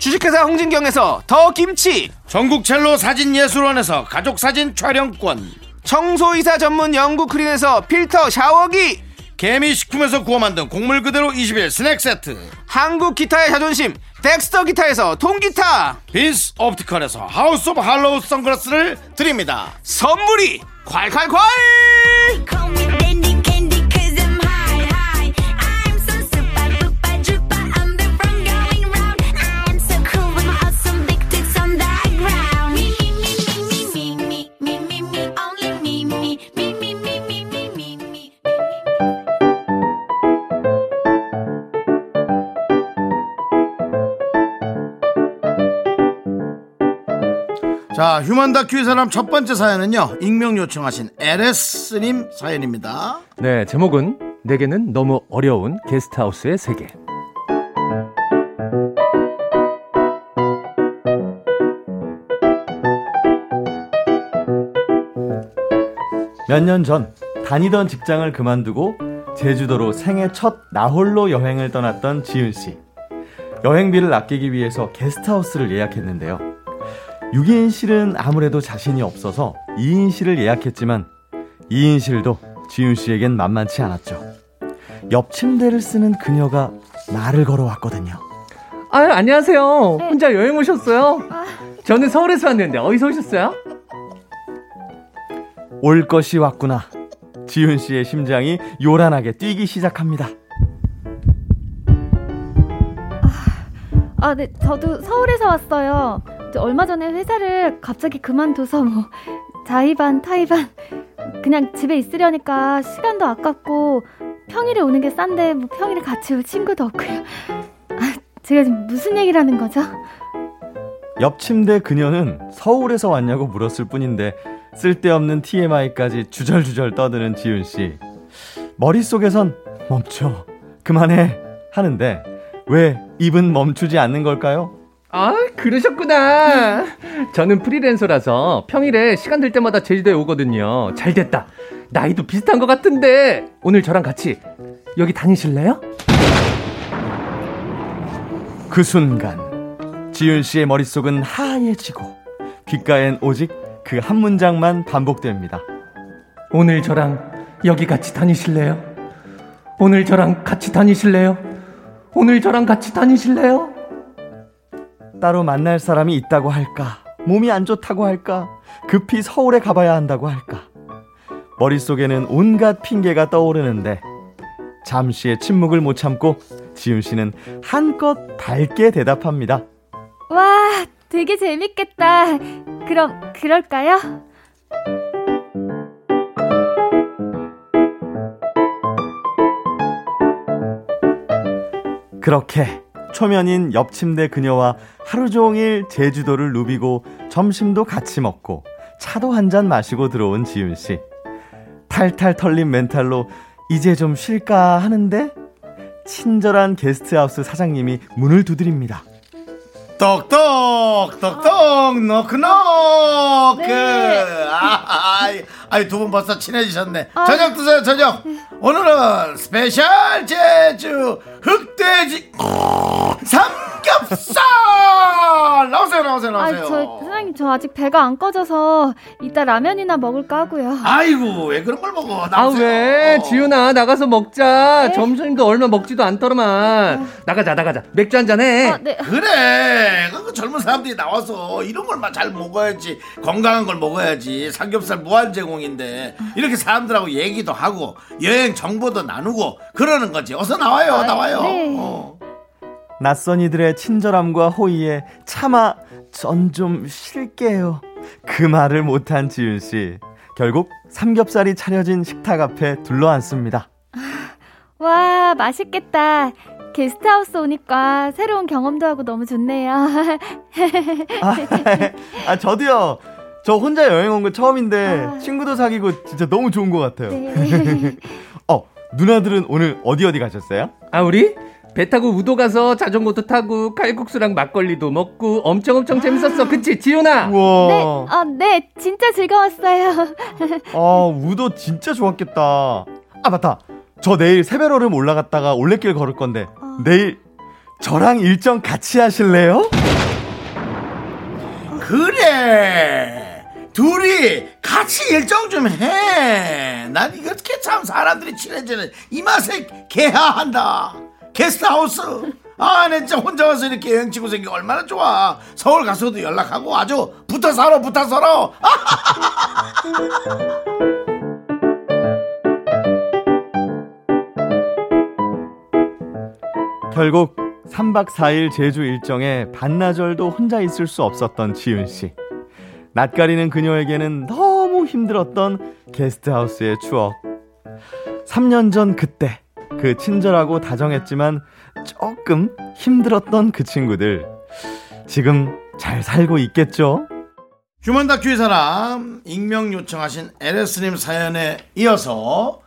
주식회사 홍진경에서 더 김치
전국 첼로 사진 예술원에서 가족 사진 촬영권
청소이사 전문 영국 크린에서 필터 샤워기
개미 식품에서 구워 만든 곡물 그대로 21 스낵 세트
한국 기타의 자존심 덱스터 기타에서 통기타
빈스 옵티컬에서 하우스 오브 할로우 선글라스를 드립니다
선물이 콸콸콸
Call me dandy candy 'cause I'm high, high. I'm so super duper duper. I'm the one going round. I'm so cool with my awesome big tits on the ground. Me, me, me, me, me, me, me, me, me, me, only me, me, me, me, me, me, me, me, me.
자 휴먼 다큐의 사람 첫 번째 사연은요 익명 요청하신 LS님 사연입니다
네, 제목은 내게는 너무 어려운 게스트하우스의 세계.
몇 년 전 다니던 직장을 그만두고 제주도로 생애 첫 나홀로 여행을 떠났던 지윤 씨. 여행비를 아끼기 위해서 게스트하우스를 예약했는데요. 6인실은 아무래도 자신이 없어서 2인실을 예약했지만 2인실도 지윤 씨에겐 만만치 않았죠. 옆 침대를 쓰는 그녀가 말을 걸어왔거든요.
아유, 안녕하세요. 혼자 여행 오셨어요? 저는 서울에서 왔는데 어디서 오셨어요?
올 것이 왔구나. 지윤 씨의 심장이 요란하게 뛰기 시작합니다.
아, 네, 저도 서울에서 왔어요. 저 얼마 전에 회사를 갑자기 그만둬서 뭐 자의반 타의반 그냥 집에 있으려니까 시간도 아깝고 평일에 오는 게 싼데 뭐 평일에 같이 올 친구도 없고요. 아, 제가 지금 무슨 얘기를 하는 거죠?
옆 침대 그녀는 서울에서 왔냐고 물었을 뿐인데 쓸데없는 TMI까지 주절주절 떠드는 지윤 씨. 머릿속에선 멈춰. 그만해. 하는데 왜 입은 멈추지 않는 걸까요?
아, 그러셨구나. 저는 프리랜서라서 평일에 시간 될 때마다 제주도에 오거든요. 잘 됐다. 나이도 비슷한 것 같은데 오늘 저랑 같이 여기 다니실래요?
그 순간 지윤 씨의 머릿속은 하얘지고 귓가엔 오직 그 한 문장만 반복됩니다.
오늘 저랑 여기 같이 다니실래요? 오늘 저랑 같이 다니실래요? 오늘 저랑 같이 다니실래요?
따로 만날 사람이 있다고 할까? 몸이 안 좋다고 할까? 급히 서울에 가봐야 한다고 할까? 머릿속에는 온갖 핑계가 떠오르는데 잠시의 침묵을 못 참고 지윤 씨는 한껏 밝게 대답합니다.
와, 되게 재밌겠다. 그럼 그럴까요?
그렇게 초면인 옆 침대 그녀와 하루 종일 제주도를 누비고 점심도 같이 먹고 차도 한 잔 마시고 들어온 지윤 씨. 탈탈 털린 멘탈로 이제 좀 쉴까 하는데 친절한 게스트하우스 사장님이 문을 두드립니다.
똑똑 똑똑 노크노크
네.
아이 아이 두 분 벌써 친해지셨네
아.
저녁 드세요 저녁 오늘은 스페셜 제주 흑돼지 삼겹살 나오세요 나오세요
아,
나오세요
저 사장님 저 아직 배가 안 꺼져서 이따 라면이나 먹을까 하고요.
아이고 왜 그런 걸 먹어
아,
나오세요
왜? 지윤아, 나가서 먹자.
네.
점심도 얼마 먹지도 않더만. 나가자, 나가자. 맥주 한잔 해.
아, 네.
그래 그 젊은 사람들이 나와서 이런 걸만 잘 먹어야지 건강한 걸 먹어야지 삼겹살 무한 제공인데 이렇게 사람들하고 얘기도 하고 여행 정보도 나누고 그러는 거지 어서 나와요 나와요
네.
어.
낯선 이들의 친절함과 호의에 차마 전 좀 쉴게요. 그 말을 못한 지윤 씨. 결국 삼겹살이 차려진 식탁 앞에 둘러앉습니다.
와, 맛있겠다. 게스트하우스 오니까 새로운 경험도 하고
[LAUGHS]
너무 좋네요.
아, 아, 저도요. 저 혼자 여행 온 거 처음인데
아.
친구도 사귀고 진짜 너무 좋은 것 같아요.
네.
어, 누나들은 오늘 어디 어디 가셨어요?
아, 우리? 배 타고 우도 가서 자전거도 타고 칼국수랑 막걸리도 먹고 엄청 엄청 재밌었어. 그치, 지윤아?
우와.
네, 어, 네, 진짜 즐거웠어요.
아, 우도 진짜 좋았겠다. 아, 맞다. 저 내일 세배로름 올라갔다가 올레길 걸을 건데 내일 저랑 일정 같이 하실래요?
그래 둘이 같이 일정 좀 해 난 이렇게 참 사람들이 친해지는 이 맛에 개하한다 게스트하우스 아내 진짜 혼자 와서 이렇게 여행 치고 생기 얼마나 좋아 서울 가서도 연락하고 아주 붙어 살아 붙어 살아
결국 3박 4일 제주 일정에 반나절도 혼자 있을 수 없었던 지윤 씨. 낯가리는 그녀에게는 너무 힘들었던 게스트하우스의 추억. 3년 전 그때 그 친절하고 다정했지만 조금 힘들었던 그 친구들. 지금 잘 살고 있겠죠?
휴먼 다큐의 사람 익명 요청하신 LS님 사연에 이어서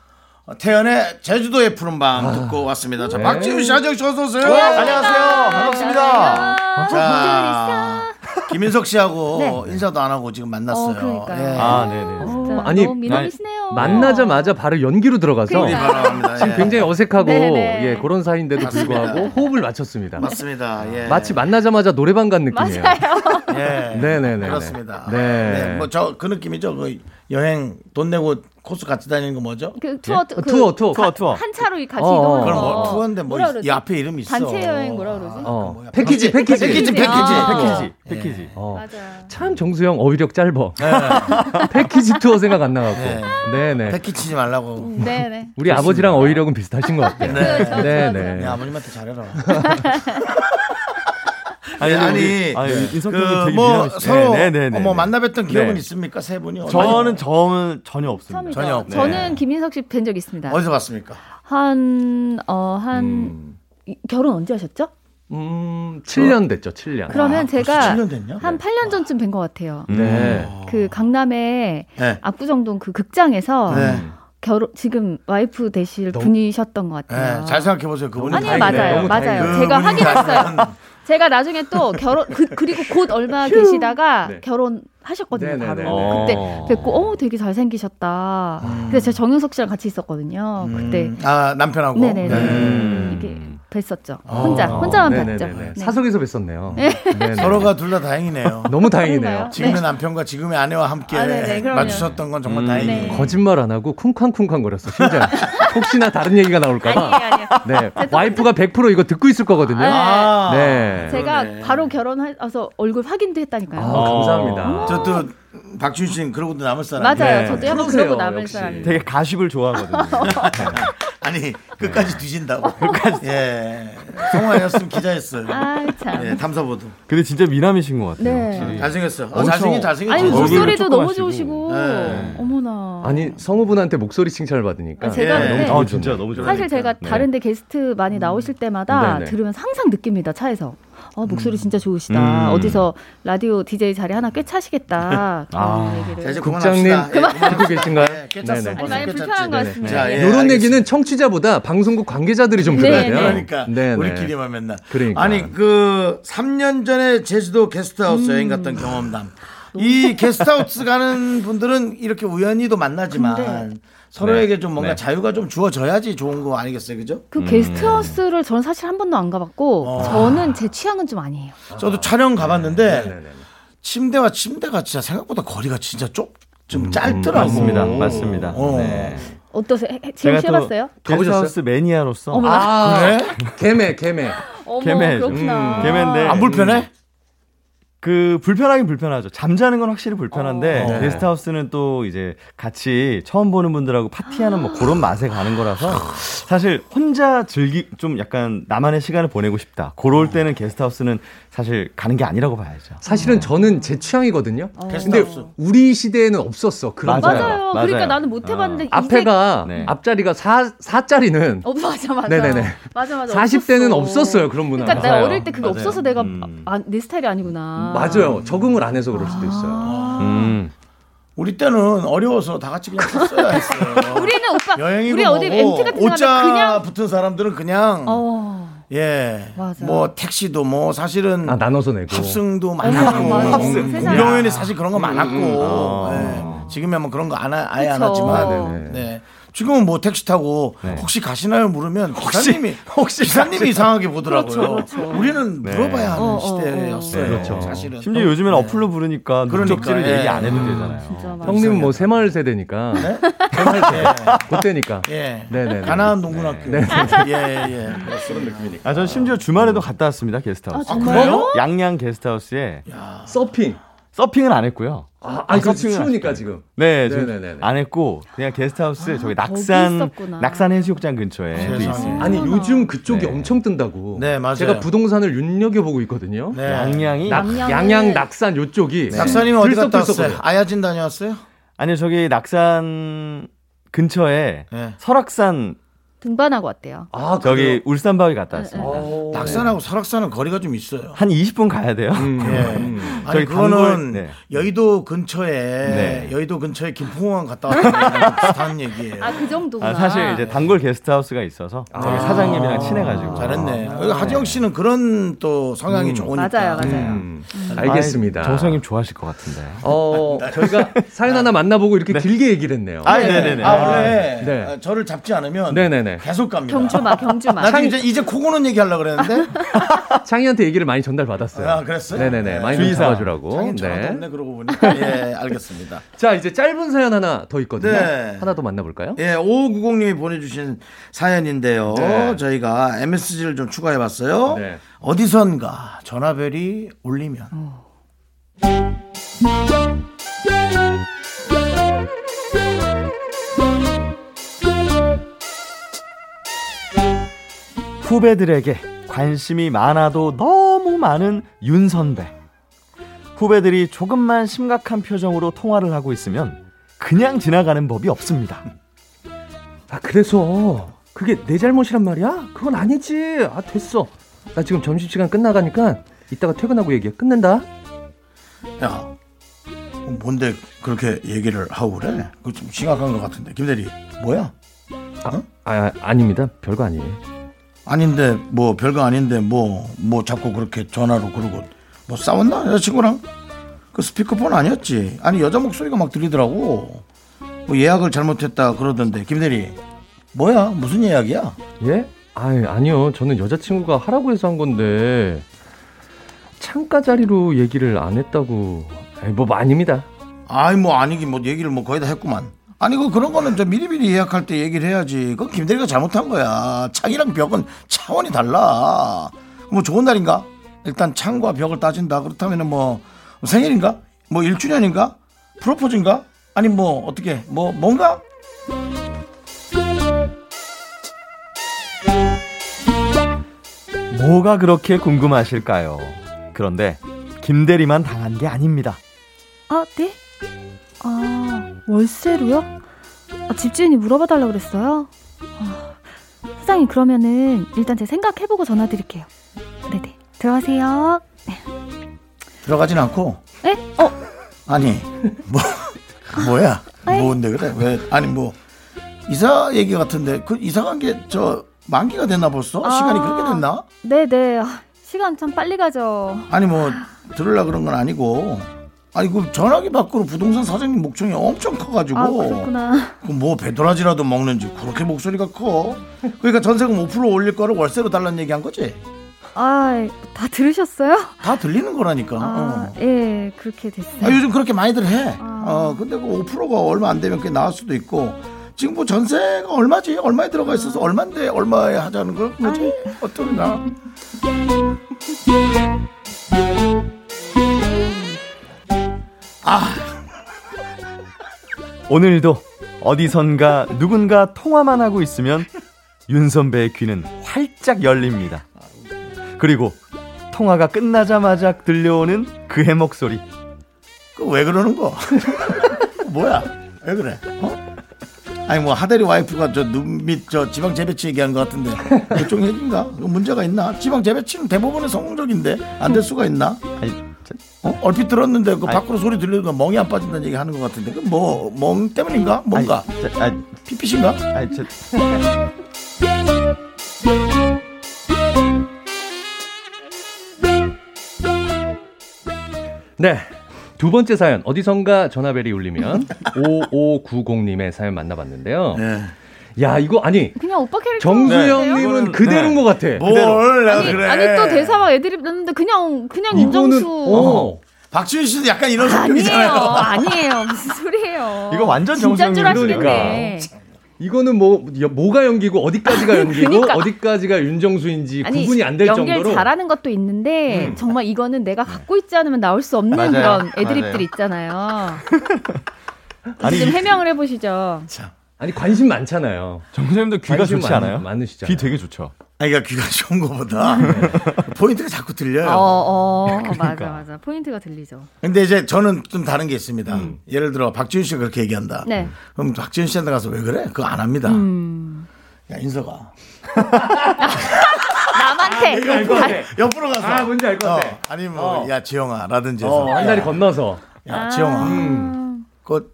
태연의 제주도의 푸른 밤 듣고 왔습니다. 자, 박지훈 씨, 하정 씨 어서 오세요.
아. 네. 안녕하세요. 반갑습니다.
아,
자, 김인석 씨하고 인사도 안 하고 지금 만났어요.
네. 어, 그러니까요.
예.
아, 네네.
진짜
어, 아니,
어, 너무 미남이시네요.
만나자마자 바로 연기로 들어가서
네, 바랍니다.
지금
예.
굉장히 어색하고
네, 네.
예, 그런 사이인데도
맞습니다.
불구하고 호흡을 맞췄습니다.
맞습니다. 예.
마치 만나자마자 노래방 간 느낌이에요.
맞아요.
예.
네네네.
그렇습니다.
네.
뭐 저 그 느낌이죠. 그 여행 돈 내고 코스 같이 다니는 거 뭐죠?
그 투어
어,
그
투어, 투어.
투어, 투어.
한 차로 같이
어,
이동하는
그럼
거.
뭐 투어인데 뭐
뭐라
이
그러지?
앞에 이름이 있어. 그러니까
단체 여행 뭐라 그러지?
어,
뭐야,
패키지, 패키지.
패키지, 패키지.
아.
패키지, 패키지.
어.
맞아요.
참 정수영 어휘력 짧어. [LAUGHS] 패키지 투어 생각 안 나갖고.
네.
네네.
패키지지 말라고.
네, 네.
[LAUGHS]
우리 아버지랑 어휘력은 비슷하신 것 같아요. 네,
그렇죠,
네네.
그렇죠.
네, 아버님한테 잘해라. 아니, 예.
우리- 아니,
그,
인석 형님 되게
그뭐
유명하시죠.
서로
네, 네, 네, 네.
뭐 만나뵀던 기억은
네.
있습니까 세 분이?
저는 저는 전혀 없습니다.
처음이죠.
전혀 없네.
저는 김인석 씨 뵌 적 있습니다.
어디서 봤습니까?
한, 어, 한,
음,
이- 결혼 언제 하셨죠?
음 7년 됐죠, 7년.
그러면
아,
제가
벌써 7년 됐냐?
한 8년 전쯤 뵌 것 같아요.
네.
그 강남의
어. 네.
압구정동 그 극장에서
네.
결혼 지금 와이프 되실 분이셨던 것 같아요.
네, 잘 생각해 보세요. 그분이
아니요
다행이네.
맞아요
너무
맞아요
다행이네.
제가
그분이
확인했어요.
다행이네.
제가 나중에 또 결혼 그, 리고곧 얼마 계시다가
네.
결혼하셨거든요
네, 네,
바로
네,
그때 뵙고 어 되게 잘생기셨다. 그래서 제가 정윤석 씨랑 같이 있었거든요 그때
음, 아 남편하고.
네. 네네네.
음. 어.
이게 뵀었죠 혼자 혼자만
네네네네.
뵀죠. 네.
사석에서 뵀었네요. 네네.
서로가 둘 다
[LAUGHS]
다행이네요.
너무 다행이네요.
그런가요?
지금의
네.
남편과 지금의 아내와 함께
아, 네네, 그럼요.
맞추셨던 건
음.
정말 다행이에요.
네.
거짓말 안 하고 쿵쾅쿵쾅 거렸어.
[LAUGHS]
심장. 혹시나 다른 얘기가 나올까봐.
아니에요 아니에요.
네. 와이프가 100% 이거 듣고 있을 거거든요.
아,
아,
네.
제가
그러네.
바로 결혼해서 얼굴 확인도 했다니까요.
아,
어.
감사합니다.
저또 박준 씨는 그러고도 남을 사람.
맞아요.
네.
저도 약간
그러세요,
그러고 남은
역시.
사람이에요.
되게 가십을 좋아하거든요.
아니
네.
끝까지 뒤진다고. 끝까지. 예. 성화였으면 기자였어요.
아 참.
예, 탐사보도.
근데 진짜 미남이신 것 같아요.
네.
확실히.
잘생겼어요. 어,
엄청-
잘생긴 잘생긴.
아니
얼굴도
목소리도 너무
조그마시고.
좋으시고
네.
어머나.
아니, 성우분한테 목소리 칭찬을 받으니까.
아, 제가
예.
근데
아 진짜 너무 좋아요. 네. 음.
사실 제가 다른데 게스트 많이 나오실 때마다
네네.
들으면 항상 느낍니다 차에서. 어 목소리 진짜 좋으시다.
음.
어디서 라디오 DJ 자리 하나 꽤
[LAUGHS]
차시겠다. 그런
아.
얘기를.
자, 이제
국장님
그만합시다. 예,
듣고
그만합시다.
계신가요?
예, 깨쳤어.
네네.
아니,
벌써
많이
깨쳤지.
불편한 것 같습니다.
자, 예,
이런
알겠습니다.
얘기는 청취자보다 방송국 관계자들이 좀 들어야
네,
돼요.
네.
그러니까
네, 네.
우리끼리만 맨날.
그러니까.
아니 그 3년 전에 제주도 게스트하우스 여행
음.
갔던 경험담. 이 게스트하우스 가는 분들은 이렇게 우연히도 만나지만
근데-
서로에게 좀 뭔가
네.
자유가 좀 주어져야지 좋은 거 아니겠어요, 그죠?
음.
그 게스트하우스를 저는 사실 한 번도 안 가봤고
아.
저는 제 취향은 좀 아니에요.
저도 촬영 가봤는데
네.
침대와 침대가 진짜 생각보다 거리가 진짜
음,
쪽좀 짧더라고.
맞습니다. 맞습니다.
어.
네.
어떠세요? 해- 해- 지금 해봤어요?
게스트하우스 매니아로서
어머. [LAUGHS]
아,
그래?
개매, 개매.
어머
개매.
그렇구나.
개맨데
안 불편해?
그 불편하긴 불편하죠. 잠자는 건 확실히 불편한데 게스트하우스는 또 이제 같이 처음 보는 분들하고 파티하는 뭐 그런 맛에 가는 거라서 사실 혼자 즐기 좀 약간 나만의 시간을 보내고 싶다. 그럴 때는 게스트하우스는 사실 가는 게 아니라고 봐야죠.
사실은 저는 제 취향이거든요. 근데
게스트하우스.
우리 시대에는 없었어. 그런 거.
맞아요.
어. 맞아요. 그러니까
네, 맞아요.
나는 못 해봤는데
앞에가
네.
앞자리가 4 4짜리는
어, 맞아 맞아.
네네네.
맞아 맞아.
40대는
없었어.
없었어요. 그런 문화.
그러니까 내가
맞아요.
어릴 때 그게
맞아요.
없어서 내가
음.
아, 내 스타일이 아니구나.
맞아요. 적응을 안 해서 그럴 수도 있어요.
아.
음.
우리 때는 어려워서 다 같이 그냥
[LAUGHS]
탔어야 했어요.
우리는 오빠
여행이고
우리 어디
뭐고
MT 같은 데
옷자
가면 그냥
붙은 사람들은 그냥
어.
예.
맞아요. 어,
뭐 택시도 뭐 사실은
아, 나눠서 내고.
합승도
맞아요,
많았고
맞아요.
합승.
세상에. 음,
공경연이 사실 그런 거 많았고 예. 지금이야 뭐 그런 거 안, 하- 아예 안
어. 그쵸.
하지만
네네. 네.
네. 지금은 뭐 택시 타고 혹시 가시나요 물으면
[LAUGHS]
기사님이 혹시 기사님이 이상하게 보더라고요.
그렇죠, 그렇죠.
우리는 물어봐야 하는
어, 어, 어.
시대였어요.
네. 그렇죠.
사실은
심지어 요즘엔 어플로 부르니까
그러니까,
목적지를
예.
얘기 안 해도 되잖아요.
진짜 맞아.
형님 뭐 새마을 세대니까.
네?
새마을 세. 그때니까.
예.
네네.
가나안 농군학교. 예, 예. 그런 느낌이니까.
아, 전 심지어 주말에도 갔다 왔습니다. 게스트하우스.
아, 정말요?
양양 게스트하우스에
서핑.
서핑은 안 했고요.
아, 아니 그
서핑은
추우니까 지금.
네, 저-
네네네네.
안 했고 그냥 게스트하우스 저기
거기
낙산
있었구나.
낙산 해수욕장 근처에 또
네, 세상에.
있습니다.
아니 요즘 그쪽이
네.
엄청 뜬다고.
네, 맞아요.
제가 부동산을 윤여겨 보고 있거든요.
네.
양양이
낙,
양양은-
양양 낙산 요쪽이.
낙사님은 어디 갔다
들썩들썩거려요.
왔어요? 아야진 다녀왔어요?
아니요 저기 낙산 근처에
네.
설악산
등반하고 왔대요.
아
저기 울산 바위 갔다
네,
왔습니다.
낙산하고 설악산은 거리가 좀 있어요.
한 20분 가야 돼요.
음.
예. 아니
음. 저희
그거는
단골- 네.
여의도 근처에
네.
여의도 근처에 김포공항 갔다 왔다는 [LAUGHS] 비슷한 얘기예요.
아 그 정도구나.
아, 사실 이제 단골 게스트하우스가 있어서
아.
저기 사장님이랑 친해가지고
잘했네. 여기 하지영 씨는 그런 또 성향이
음.
좋으니까.
맞아요 맞아요.
음. 알겠습니다.
아이, 네. 정성님 좋아하실 것 같은데.
어 저희가 사연 하나 만나보고 이렇게 길게 얘기를 했네요.
아,
네, 네, 네.
아, 원래
네.
어, 저를 잡지 않으면
네, 네, 네.
계속 갑니다.
아,
경주마 경주마.
나중에 이제, 이제 코고는 얘기하려고 그랬는데
창희한테 얘기를 많이 전달받았어요.
아, 그랬어요?
네네네.
네.
많이 좀
주의사항.
잡아주라고.
장인 전화도
네.
없네 그러고 보니까 예 [LAUGHS] 알겠습니다.
자 이제 짧은 사연 하나 더 있거든요.
네.
하나 더 만나볼까요?
예, 5590님이 보내주신 사연인데요.
네.
저희가 MSG를 좀 추가해봤어요.
네.
어디선가 전화벨이 울리면.
후배들에게 관심이 많아도 너무 너무 많은 윤 선배. 후배들이 조금만 심각한 표정으로 통화를 하고 있으면 그냥 지나가는 법이 없습니다.
아 그래서 그게 내 잘못이란 말이야? 그건 아니지. 아 됐어. 나 지금 점심시간 끝나가니까 이따가 퇴근하고 얘기해. 끝낸다.
야, 뭐 뭔데 그렇게 얘기를 하고 그래? 그 좀 심각한 것 같은데. 김대리, 뭐야?
아 아닙니다. 별거 아니에요.
아닌데 뭐 별거 아닌데 뭐 뭐 자꾸 그렇게 전화로 그러고 뭐 싸웠나 여자친구랑 그 스피커폰 아니었지 아니 여자 목소리가 막 들리더라고 뭐 예약을 잘못했다 그러던데 김대리 뭐야 무슨 예약이야
예? 아 아니요. 저는 여자친구가 하라고 해서 한 건데 창가 자리로 얘기를 안 했다고. 에이, 뭐 아닙니다.
아이 뭐 아니긴 뭐 얘기를 뭐 거의 다 했구만 아니 그 그런 거는 저 미리미리 예약할 때 얘기를 해야지 그건 김대리가 잘못한 거야 창이랑 벽은 차원이 달라 뭐 좋은 날인가 일단 창과 벽을 따진다 그렇다면은 뭐 생일인가 뭐 1주년인가 프로포즈인가 아니 뭐 어떻게 뭐 뭔가
뭐가 그렇게 궁금하실까요? 그런데 김대리만 당한 게 아닙니다.
아, 네? 아, 월세로요? 아, 집주인이 물어봐달라 그랬어요. 아, 사장님, 그러면은 일단 제 생각해보고 전화드릴게요. 네네. 들어가세요.
들어가진 않고
에? 어,
아니 뭐 뭐야
에이.
뭔데 그래 왜 아니 뭐 이사 얘기 같은데 그 이사 간 게 저 만기가 됐나 벌써 시간이
아.
그렇게 됐나
네네. 아, 시간 참 빨리 가죠.
아니 뭐 들으려 그런 건 아니고 아니 그 전화기 밖으로 부동산 사장님 목청이 엄청 커가지고
아,
뭐?
그렇구나.
그뭐 배도라지라도 먹는지 그렇게 목소리가 커 그러니까 전세금 5% 올릴 거를 월세로 달라는 얘기한 거지
아, 다 들으셨어요?
다 들리는 거라니까
아,
어.
예, 그렇게 됐어요.
아, 요즘 그렇게 많이들 해.
아.
어, 근데 그 5%가 얼마 안 되면 그게 나을 수도 있고. 지금 뭐 전세가 얼마지? 얼마에 들어가 있어서 얼마인데 얼마에 하자는 걸 뭐지? 어떠나?
오늘도 어디선가 누군가 통화만 하고 있으면 윤 선배의 귀는 활짝 열립니다. 그리고 통화가 끝나자마자 들려오는 그의 목소리.
그왜 그러는 거? [LAUGHS] 뭐야? 왜 그래? 어? 아니 뭐 하대리 와이프가 저 눈밑 저 지방 재배치 얘기한 것 같은데 그쪽 얘기인가? 이거 문제가 있나? 지방 재배치는 대부분의 성공적인데 안 될 수가 있나?
아니, 저-
어? 얼핏 들었는데 그 밖으로 소리 들리니까 멍이 안 빠진다는 얘기 하는 것 같은데 그 뭐 멍 때문인가? 뭔가
아니, 저- 아니,
피피신가?
아니, 저-
네. 두 번째 사연 어디선가
[LAUGHS]
전화벨이 울리면 5590님의 사연 만나봤는데요.
네.
야 이거 아니
그냥 오빠 캐릭터.
정수영님은
네.
그대로인 것 같아.
뭘 내가
아니,
그래?
아니 또 대사와 애드립 넣는데 그냥 그냥
이거는
윤정수.
어.
박지윤 씨도 약간 이런
아니에요,
성격이잖아요.
아니에요. 무슨 소리예요?
이거 완전
진짜인 줄
정상적인
아시겠네.
이거는 뭐 여- 뭐가 연기고 어디까지가 연기고
그러니까.
어디까지가 윤정수인지
아니,
구분이 안 될
연기를
정도로
잘하는 것도 있는데 정말 이거는 내가 갖고 있지 않으면 나올 수 없는
맞아요.
그런 애드립들
맞아요.
있잖아요.
아니,
지금 해명을 해보시죠.
아니 관심 많잖아요.
정선생님도 귀가
관심
좋지
많-
않아요?
많으시잖아요. 어,
귀 되게 좋죠.
아니, 그러니까 귀가 좋은
[LAUGHS]
것보다 포인트가 자꾸 들려요.
어, 어, 맞아, 맞아. 포인트가 들리죠.
근데 이제 저는 좀 다른 게 있습니다.
음.
예를 들어 박지윤 씨가 그렇게 얘기한다.
네.
그럼 박지윤 씨한테 가서 왜 그래? 그거 안 합니다.
음.
야 인서가
남한테
알것 같아.
옆으로 가서
아, 뭔지 알것 같아.
어, 아니 뭐
어.
야 지영아라든지 해서
어, 한 다리 음. 건너서
야, 야 지영아 그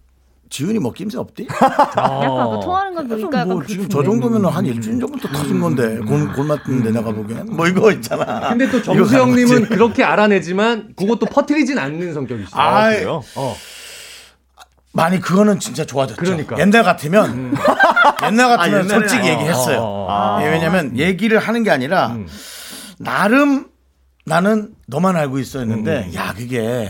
지윤이 먹김새 없디?
약간
어.
그 통하는 거
그래서
보니까
뭐
약간
지금
그렇긴
저
해요.
정도면 한
음.
일주일 전부터 터진 건데 골, 골 맞는데 내가 보기엔 뭐 이거 있잖아.
근데 또
이거 가는 거지.
정수영님은 그렇게 알아내지만 그것도 퍼뜨리진 않는 성격이시죠.
아이.
그래요? 어.
많이 그거는 진짜 좋아졌죠.
그러니까.
옛날 같으면 [LAUGHS] 옛날 같으면
옛날에는-
솔직히
어,
얘기했어요.
어,
예, 왜냐면 얘기를 하는 게 아니라 나름 나는 너만 알고 있었는데 야 그게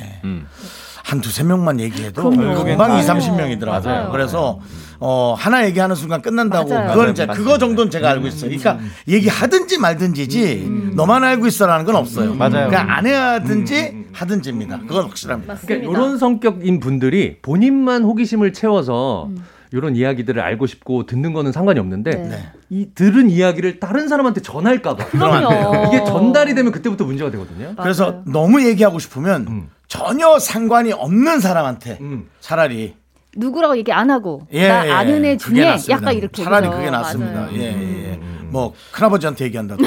한 두세 명만 얘기해도 금방 2, 30명이더라고요.
맞아요.
그래서 어, 하나 얘기하는 순간 끝난다고
맞아요.
그건 이제
맞아요.
그거 정도는 제가 알고 있어요. 그러니까 얘기하든지 말든지지 너만 알고 있어라는 건 없어요.
맞아요.
그러니까 안 해야든지 하든지입니다. 그건 확실합니다.
맞습니다.
그러니까 이런 성격인 분들이 본인만 호기심을 채워서 이런 이야기들을 알고 싶고 듣는 거는 상관이 없는데
음. 네. 네.
이 들은 이야기를 다른 사람한테 전할까 봐
그럼요.
이게 전달이 되면 그때부터 문제가 되거든요.
그래서 너무 얘기하고 싶으면 전혀 상관이 없는 사람한테
음.
차라리
누구라고 얘기 안 하고
예,
나
예,
아는
그게
애 중에
낫습니다.
약간 이렇게
차라리
해서.
그게 낫습니다.
맞아요.
예, 예, 예.
음,
뭐 큰아버지한테 얘기한다고.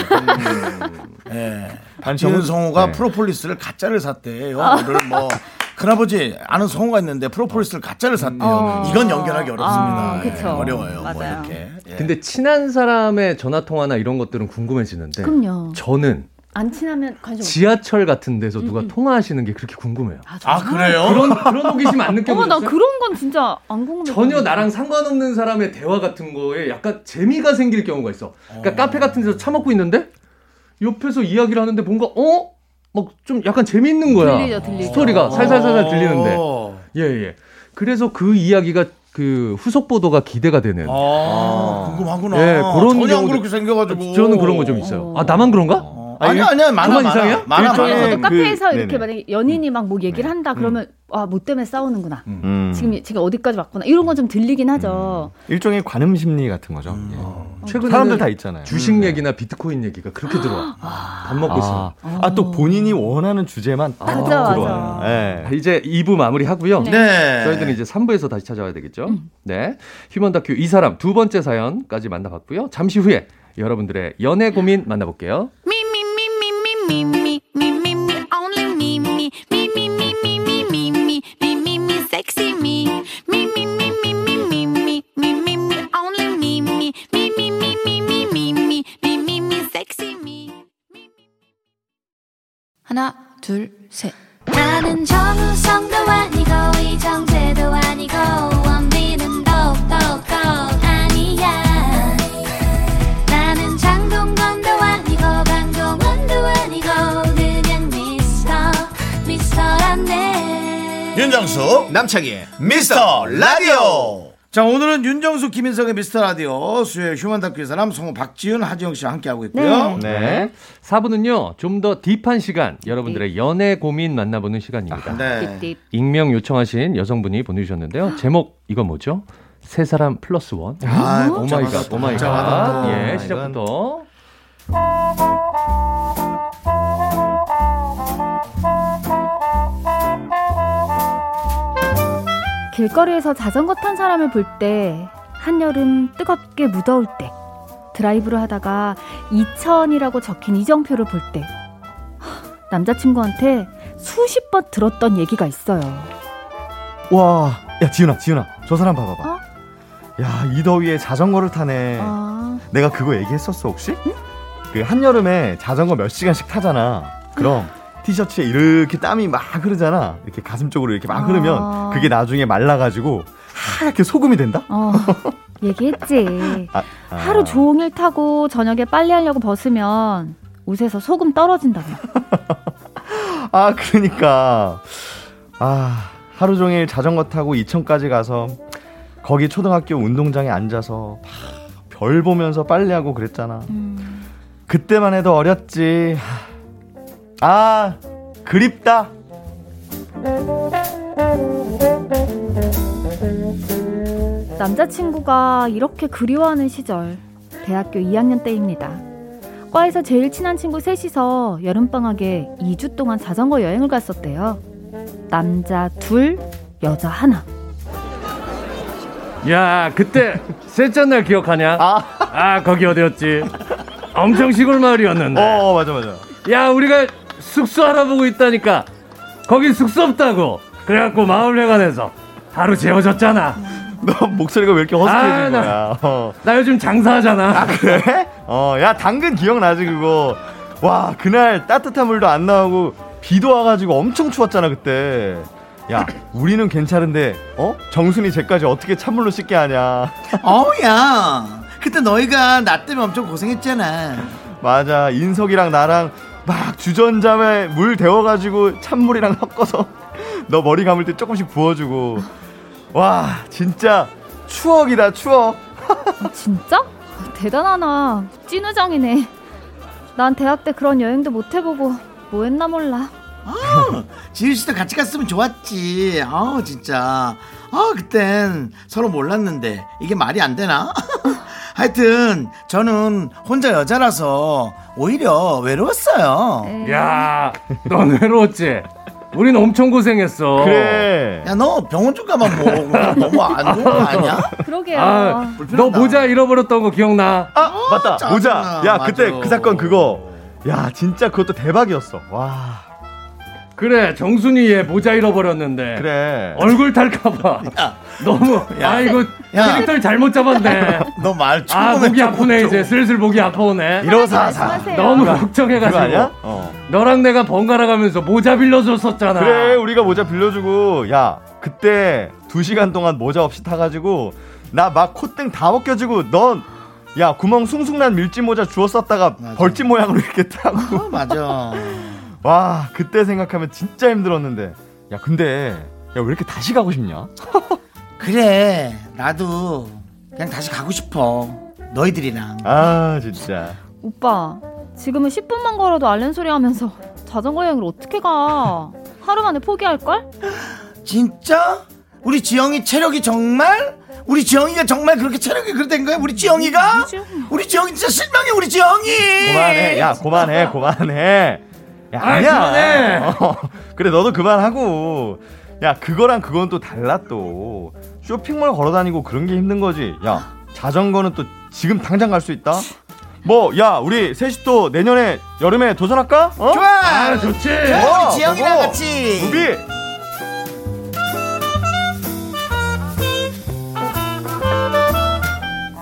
[LAUGHS] 예. 박지은 성우가
네.
프로폴리스를 가짜를 샀대요.
아.
오늘 뭐 큰아버지 아는 성우가 있는데 프로폴리스를 가짜를 샀대요.
어.
이건 연결하기 어렵습니다.
아,
예,
그쵸.
어려워요. 뭐
맞아요.
이렇게. 예.
근데 친한 사람의 전화 통화나 이런 것들은 궁금해지는데
그럼요.
저는
안 친하면 관심 없어.
지하철 같은 데서 누가
음,
통화하시는 게 그렇게 궁금해요.
아 그래요?
그런 그런 호기심 안
어머 나
느껴보셨어요?
그런 건 진짜 안 궁금해.
전혀 나랑 상관없는 사람의 대화 같은 거에 약간 재미가 생길 경우가 있어. 그러니까 카페 같은 데서 차 먹고 있는데 옆에서 이야기를 하는데 뭔가 어? 막 좀 약간 재미있는 거야.
들리죠, 들리죠.
스토리가 살살살살 들리는데.
어.
예, 예. 그래서 그 이야기가 그 후속 보도가 기대가 되는.
아, 궁금하구나.
예, 그런
전혀 안
경우도-
그렇게 생겨가지고.
저는 그런 거 좀 있어요. 아, 나만 그런가?
어. 아니야, 아니야. 많아,
그만
많아.
이상해요?
많아,
아니,
많아.
저도
그-
카페에서
네네.
이렇게 만약에 연인이
음.
막 뭐
네.
얘기를 한다 그러면 아 뭐 때문에 싸우는구나.
음,
지금 제가 어디까지 왔구나 이런 건 좀 들리긴 하죠.
일종의 관음 심리 같은 거죠. 예.
어. 최근에
사람들 다 있잖아요.
주식 얘기나 비트코인 얘기가 그렇게 들어와. 밥 먹고 있어.
아, 아, 또 본인이 원하는 주제만 딱
맞아, 맞아.
들어와요. 예.
아, 이제 2부 마무리하고요.
네. 음.
저희들은 이제 3부에서 다시 찾아와야 되겠죠. 네. 휴먼 다큐 이 사람 두 번째 사연까지 만나봤고요. 잠시 후에 여러분들의 연애 고민 만나볼게요.
Me, me, me, me, me, me, me, me, me, me, only me, me, me, me, me, me, me, me, me, me, me, me, sexy me. Me, me, me, me, me, me, me, me, me, me, only me, me, me, me, me, me, me, me, me, me, me, me, sexy me.
하나, 둘, 셋.
나는 정우성도 아니고 이정재도 아니고 원빈은 더욱더 아니야 나는 장동건도 아니고 강동원도 아니고 그냥 미스터 미스터란데
윤정수 남창희의 미스터 라디오 자 오늘은 윤정수 김인성의 미스터 라디오 수요일 휴먼 다큐 이 사람 성우 박지윤 하지영 씨와 함께하고 있고요
네. 4부는요, 좀 더 딥한 시간, 여러분들의 연애 고민 만나보는 시간입니다.
네.
딥딥.
익명 요청하신 여성분이 보내주셨는데요. 제목, 이거 뭐죠? 세 사람 플러스 원.
아, 진짜
오마이갓,
와닿다, 진짜
오마이갓.
와닿다.
예, 시작부터.
길거리에서 자전거 탄 사람을 볼 때 한여름 뜨겁게 무더울 때 드라이브를 하다가 2천이라고 적힌 이정표를 볼 때 남자친구한테 수십 번 들었던 얘기가 있어요.
와, 야 지윤아, 지윤아, 저 사람 봐봐봐.
어?
야, 이 더위에 자전거를 타네.
아,
내가 그거 얘기했었어 혹시? 그 한여름에 자전거 몇 시간씩 타잖아. 그럼 티셔츠에 이렇게 땀이 막 흐르잖아. 이렇게 가슴 쪽으로 이렇게 막 흐르면
아.
그게 나중에 말라가지고 하얗게 소금이 된다. [LAUGHS]
어, 얘기했지.
아, 아.
하루 종일 타고 저녁에 빨래하려고 벗으면 옷에서 소금 떨어진다고.
아 그러니까 아 하루 종일 자전거 타고 이천까지 가서 거기 초등학교 운동장에 앉아서 막 별 보면서 빨래하고 그랬잖아. 그때만 해도 어렸지. 아 그립다.
남자친구가 이렇게 그리워하는 시절 대학교 2학년 때입니다. 과에서 제일 친한 친구 셋이서 여름방학에 2주 동안 자전거 여행을 갔었대요. 남자 둘, 여자 하나.
야, 그때, 셋째 날 기억하냐?
아.
아, 거기 어디였지? 엄청 시골 마을이었는데.
어 맞아 맞아.
야 우리가 숙소 알아보고 있다니까 거긴 숙소 없다고 그래갖고 마을회관에서 하루 재워줬잖아
너 목소리가 왜 이렇게 허스키해진
아, 나-
거야? 어.
나 요즘 장사하잖아
그래? 어, 야 당근 기억나지 그거? 와 그날 따뜻한 물도 안 나오고 비도 와가지고 엄청 추웠잖아 그때. 야 우리는 괜찮은데 어 정순이 쟤까지 어떻게 찬물로 씻게 하냐?
어우야 그때 너희가 나 때문에 엄청 고생했잖아
맞아 인석이랑 나랑 막 주전자에 물 데워가지고 찬물이랑 섞어서 너 머리 감을 때 조금씩 부어주고 와 진짜 추억이다 추억.
아, 진짜? 대단하나. 찐우정이네. 난 대학 때 그런 여행도 못 해보고 뭐 했나 몰라.
지윤 씨도 같이 갔으면 좋았지 아우 진짜 아, 그땐 서로 몰랐는데 이게 말이 안 되나? [LAUGHS] 하여튼 저는 혼자 여자라서 오히려 외로웠어요.
야, 넌 외로웠지? 우린 엄청 고생했어.
야, 너 병원 좀 가만 뭐 너무 안 좋은 거 아니야?
그러게요.
아, 너 모자 잃어버렸던 거 기억나?
아 맞다
짜증나.
모자. 야 그때
어. 맞아.
그 사건 그거. 야 진짜 그것도 대박이었어. 와
그래, 정순이 얘 모자 잃어버렸는데.
그래.
얼굴 탈까봐.
야.
너무,
야.
아이고,
그러니까
야.
캐릭터를 잘못 [LAUGHS] 잡았네.
너말
아, 목이 아프네, 이제. 슬슬 목이 아파오네.
이러사사.
너무
그거 아니야?
걱정해가지고.
어.
너랑 내가 번갈아 가면서 모자 빌려줬었잖아.
그래 우리가 모자 빌려주고 야 그때 두 시간 동안 모자 없이 타가지고 나 막 콧등 다 벗겨지고 넌 야 구멍 숭숭 난 밀짚 모자 주워 썼다가
맞아.
벌집 모양으로 이렇게 타고 [LAUGHS]
어, 맞아.
와 그때 생각하면 진짜 힘들었는데 야 근데 야 왜 이렇게 다시 가고 싶냐?
그래, 나도 그냥 다시 가고 싶어. 너희들이랑.
아 진짜
오빠, 지금은 10분만 걸어도 알른 소리 하면서 자전거 여행을 어떻게 가? 하루 만에 포기할걸?
진짜? 우리 지영이 체력이 정말? 우리 지영이가 정말 그렇게 체력이 그렇게 된 거야? 우리
아!
지영이가?
뭐지?
우리 지영이 진짜 실망해 우리 지영이.
그만해 야 그만해 그만해 야
아이,
아니야 [LAUGHS]
그만해.
어, 그래 너도 그만하고 야 그거랑 그건 또 달라 또 쇼핑몰 걸어다니고 그런 게 힘든 거지 야 자전거는 또 지금 당장 갈 수 있다 뭐 야 우리 셋이 또 내년에 여름에 도전할까 어?
좋아.
아, 좋지.
좋아,
어,
우리 지영이랑
그거.
같이.
우비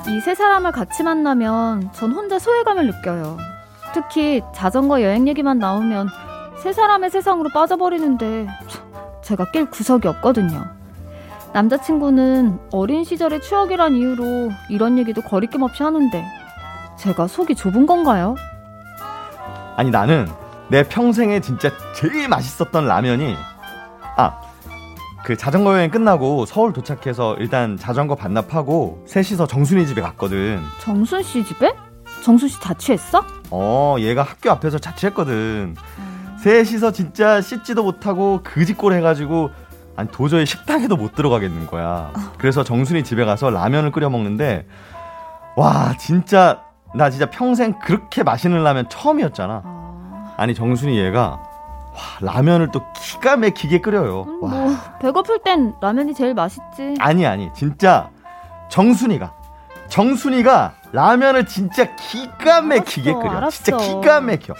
이 세 사람을 같이 만나면 전 혼자 소외감을 느껴요. 특히 자전거 여행 얘기만 나오면 세 사람의 세상으로 빠져버리는데 제가 낄 구석이 없거든요. 남자친구는 어린 시절의 추억이란 이유로 이런 얘기도 거리낌 없이 하는데 제가 속이 좁은 건가요?
아니 나는 내 평생에 진짜 제일 맛있었던 라면이 아 그 자전거 여행 끝나고 서울 도착해서 일단 자전거 반납하고 셋이서 정순이 집에 갔거든.
정순 씨 집에? 정순 씨 자취했어?
어 얘가 학교 앞에서 자취했거든.
음.
셋이서 진짜 씻지도 못하고 그지꼴 해가지고 아니 도저히 식당에도 못 들어가겠는 거야. 그래서 정순이 집에 가서 라면을 끓여 먹는데 와 진짜 나 진짜 평생 그렇게 맛있는 라면 처음이었잖아. 아니 정순이 얘가 와 라면을 또 기가 막히게 끓여요.
음,
와.
뭐 배고플 땐 라면이 제일 맛있지.
아니 아니 진짜 정순이가 정순이가 라면을 진짜 기가 막히게
아, 알았어,
끓여. 진짜
알았어.
기가 막혀.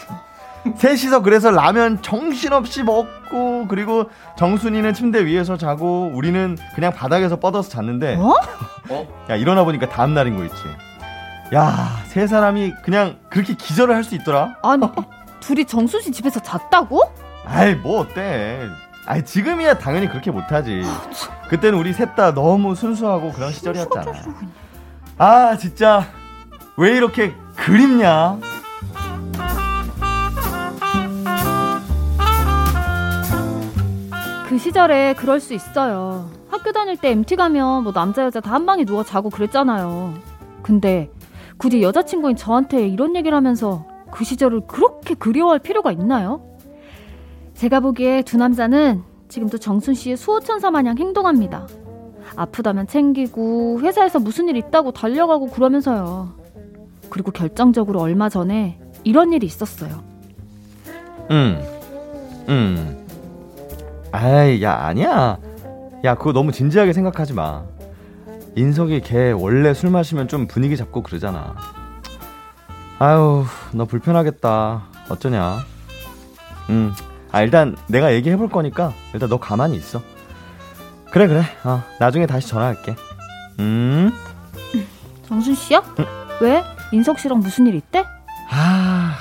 셋이서 그래서 라면 정신없이 먹고 그리고 정순이는 침대 위에서 자고 우리는 그냥 바닥에서 뻗어서 잤는데
어?
[LAUGHS] 야 일어나 보니까 다음 날인 거 있지. 야 세 사람이 그냥 그렇게 기절을 할 수 있더라.
아니 둘이 정순 씨 집에서 잤다고?
아이 뭐 어때? 아이 지금이야 당연히 그렇게 못하지.
아,
그때는 우리 셋 다 너무 순수하고 그런 시절이었잖아. 아 진짜 왜 이렇게 그립냐?
그 시절에 그럴 수 있어요. 학교 다닐 때 MT 가면 뭐 남자 여자 다 한 방에 누워 자고 그랬잖아요. 근데 굳이 여자친구인 저한테 이런 얘기를 하면서 그 시절을 그렇게 그리워할 필요가 있나요? 제가 보기에 두 남자는 지금도 정순 씨의 수호천사 마냥 행동합니다. 아프다면 챙기고 회사에서 무슨 일 있다고 달려가고 그러면서요. 그리고 결정적으로 얼마 전에 이런 일이 있었어요.
응, 응. 음. 아이 야 아니야. 야 그거 너무 진지하게 생각하지 마. 인석이 걔 원래 술 마시면 좀 분위기 잡고 그러잖아. 아유 너 불편하겠다. 어쩌냐? 음, 아 일단 내가 얘기해 볼 거니까 일단 너 가만히 있어. 그래 그래. 아 나중에 다시 전화할게. 음.
정순 씨야? 왜? 인석 씨랑 무슨 일 있대?
아,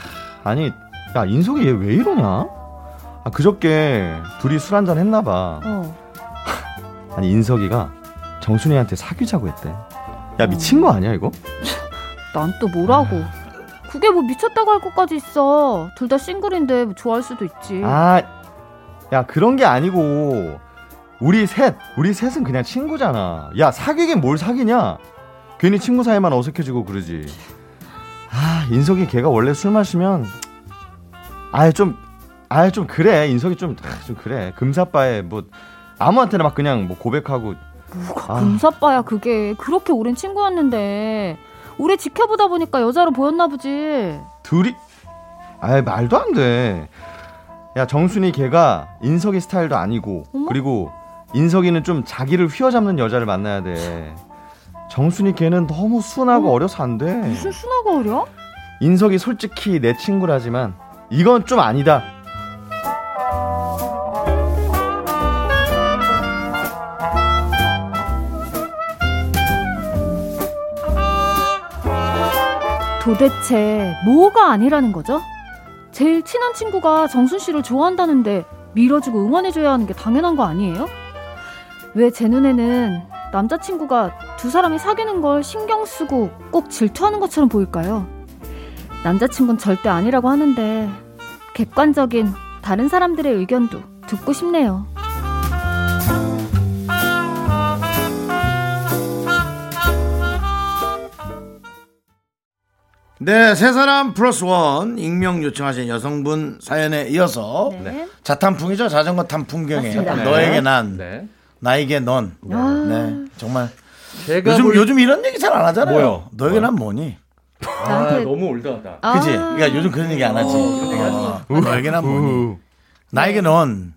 아니, 야, 인석이 얘 왜 이러냐? 아, 그저께 둘이 술 한잔 했나봐.
어.
아니, 인석이가 정순이한테 사귀자고 했대. 야, 미친 거 아니야, 이거?
난 또 뭐라고? 그게 뭐 미쳤다고 할 것까지 있어. 둘 다 싱글인데 뭐 좋아할 수도 있지.
아, 야, 그런 게 아니고, 우리 셋, 우리 셋은 그냥 친구잖아. 야, 사귀긴 뭘 사귀냐? 괜히 친구 사이만 어색해지고 그러지. 아, 인석이 걔가 원래 술 마시면, 아예 좀, 아예 좀 그래. 인석이 좀, 아, 좀 그래. 금사빠에 뭐, 아무한테나 막 그냥 뭐 고백하고,
뭐가 금사빠야 그게 그렇게 오랜 친구였는데 오래 지켜보다 보니까 여자로 보였나
음.
보지.
둘이 아이 말도 안 돼. 야 정순이 걔가 인석이 스타일도 아니고 그리고 인석이는 좀 자기를 휘어잡는 여자를 만나야 돼. 정순이 걔는 너무 순하고 어려서 안 돼.
무슨 순하고 어려?
인석이 솔직히 내 친구라지만 이건 좀 아니다.
도대체 뭐가 아니라는 거죠? 제일 친한 친구가 정순 씨를 좋아한다는데 밀어주고 응원해줘야 하는 게 당연한 거 아니에요? 왜 제 눈에는 남자친구가 두 사람이 사귀는 걸 신경 쓰고 꼭 질투하는 것처럼 보일까요? 남자친구는 절대 아니라고 하는데 객관적인 다른 사람들의 의견도 듣고 싶네요.
네, 세 사람 플러스 원 익명 요청하신 여성분 사연에 이어서
네.
자탄풍이죠. 자전거 탄 풍경에
맞습니다.
너에게 난
네.
나에게 넌. 네.
아.
정말
제가
요즘
볼-
요즘 이런 얘기 잘 안 하잖아요.
뭐요?
너에게 난 뭐니?
아,
나한테-
너무 올드하다.
아.
그지? 그러니까 요즘 그런 얘기 안 하지. 어, 너에게 난 뭐니?
네.
나에게 넌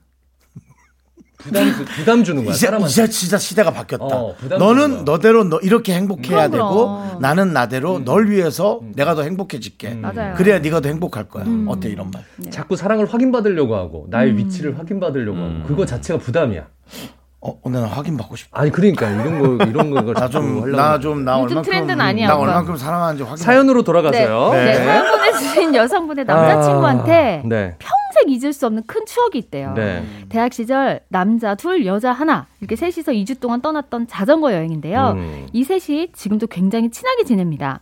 부담, 주- 부담 주는 거야.
이제
사람한테.
이제 진짜 시대가 바뀌었다.
어, 부담스러워.
너는 너대로 너 이렇게 행복해야
그럼,
되고
그럼.
나는 나대로
음.
널 위해서 내가 더 행복해질게.
맞아요.
그래야 네가 더 행복할 거야.
음.
어때 이런 말?
네.
자꾸 사랑을 확인받으려고 하고 나의 위치를 확인받으려고
음.
하고 그거 자체가 부담이야.
어, 어, 나는 확인 받고 싶어.
아니 그러니까 이런 거
[LAUGHS]
이런 걸
나
자꾸
좀
하려고
나 좀 나
요즘
얼만큼
트렌드는 아니야,
나
오빠.
얼만큼 사랑하는지 확인.
사연으로 돌아가세요.
네,
네.
네, 사연 보내주신 여성분의 남자친구한테 아,
아, 네.
평생 잊을 수 없는 큰 추억이 있대요.
네.
음. 대학 시절 남자 둘, 여자 하나 이렇게 셋이서 2주 동안 떠났던 자전거 여행인데요.
음.
이 셋이 지금도 굉장히 친하게 지냅니다.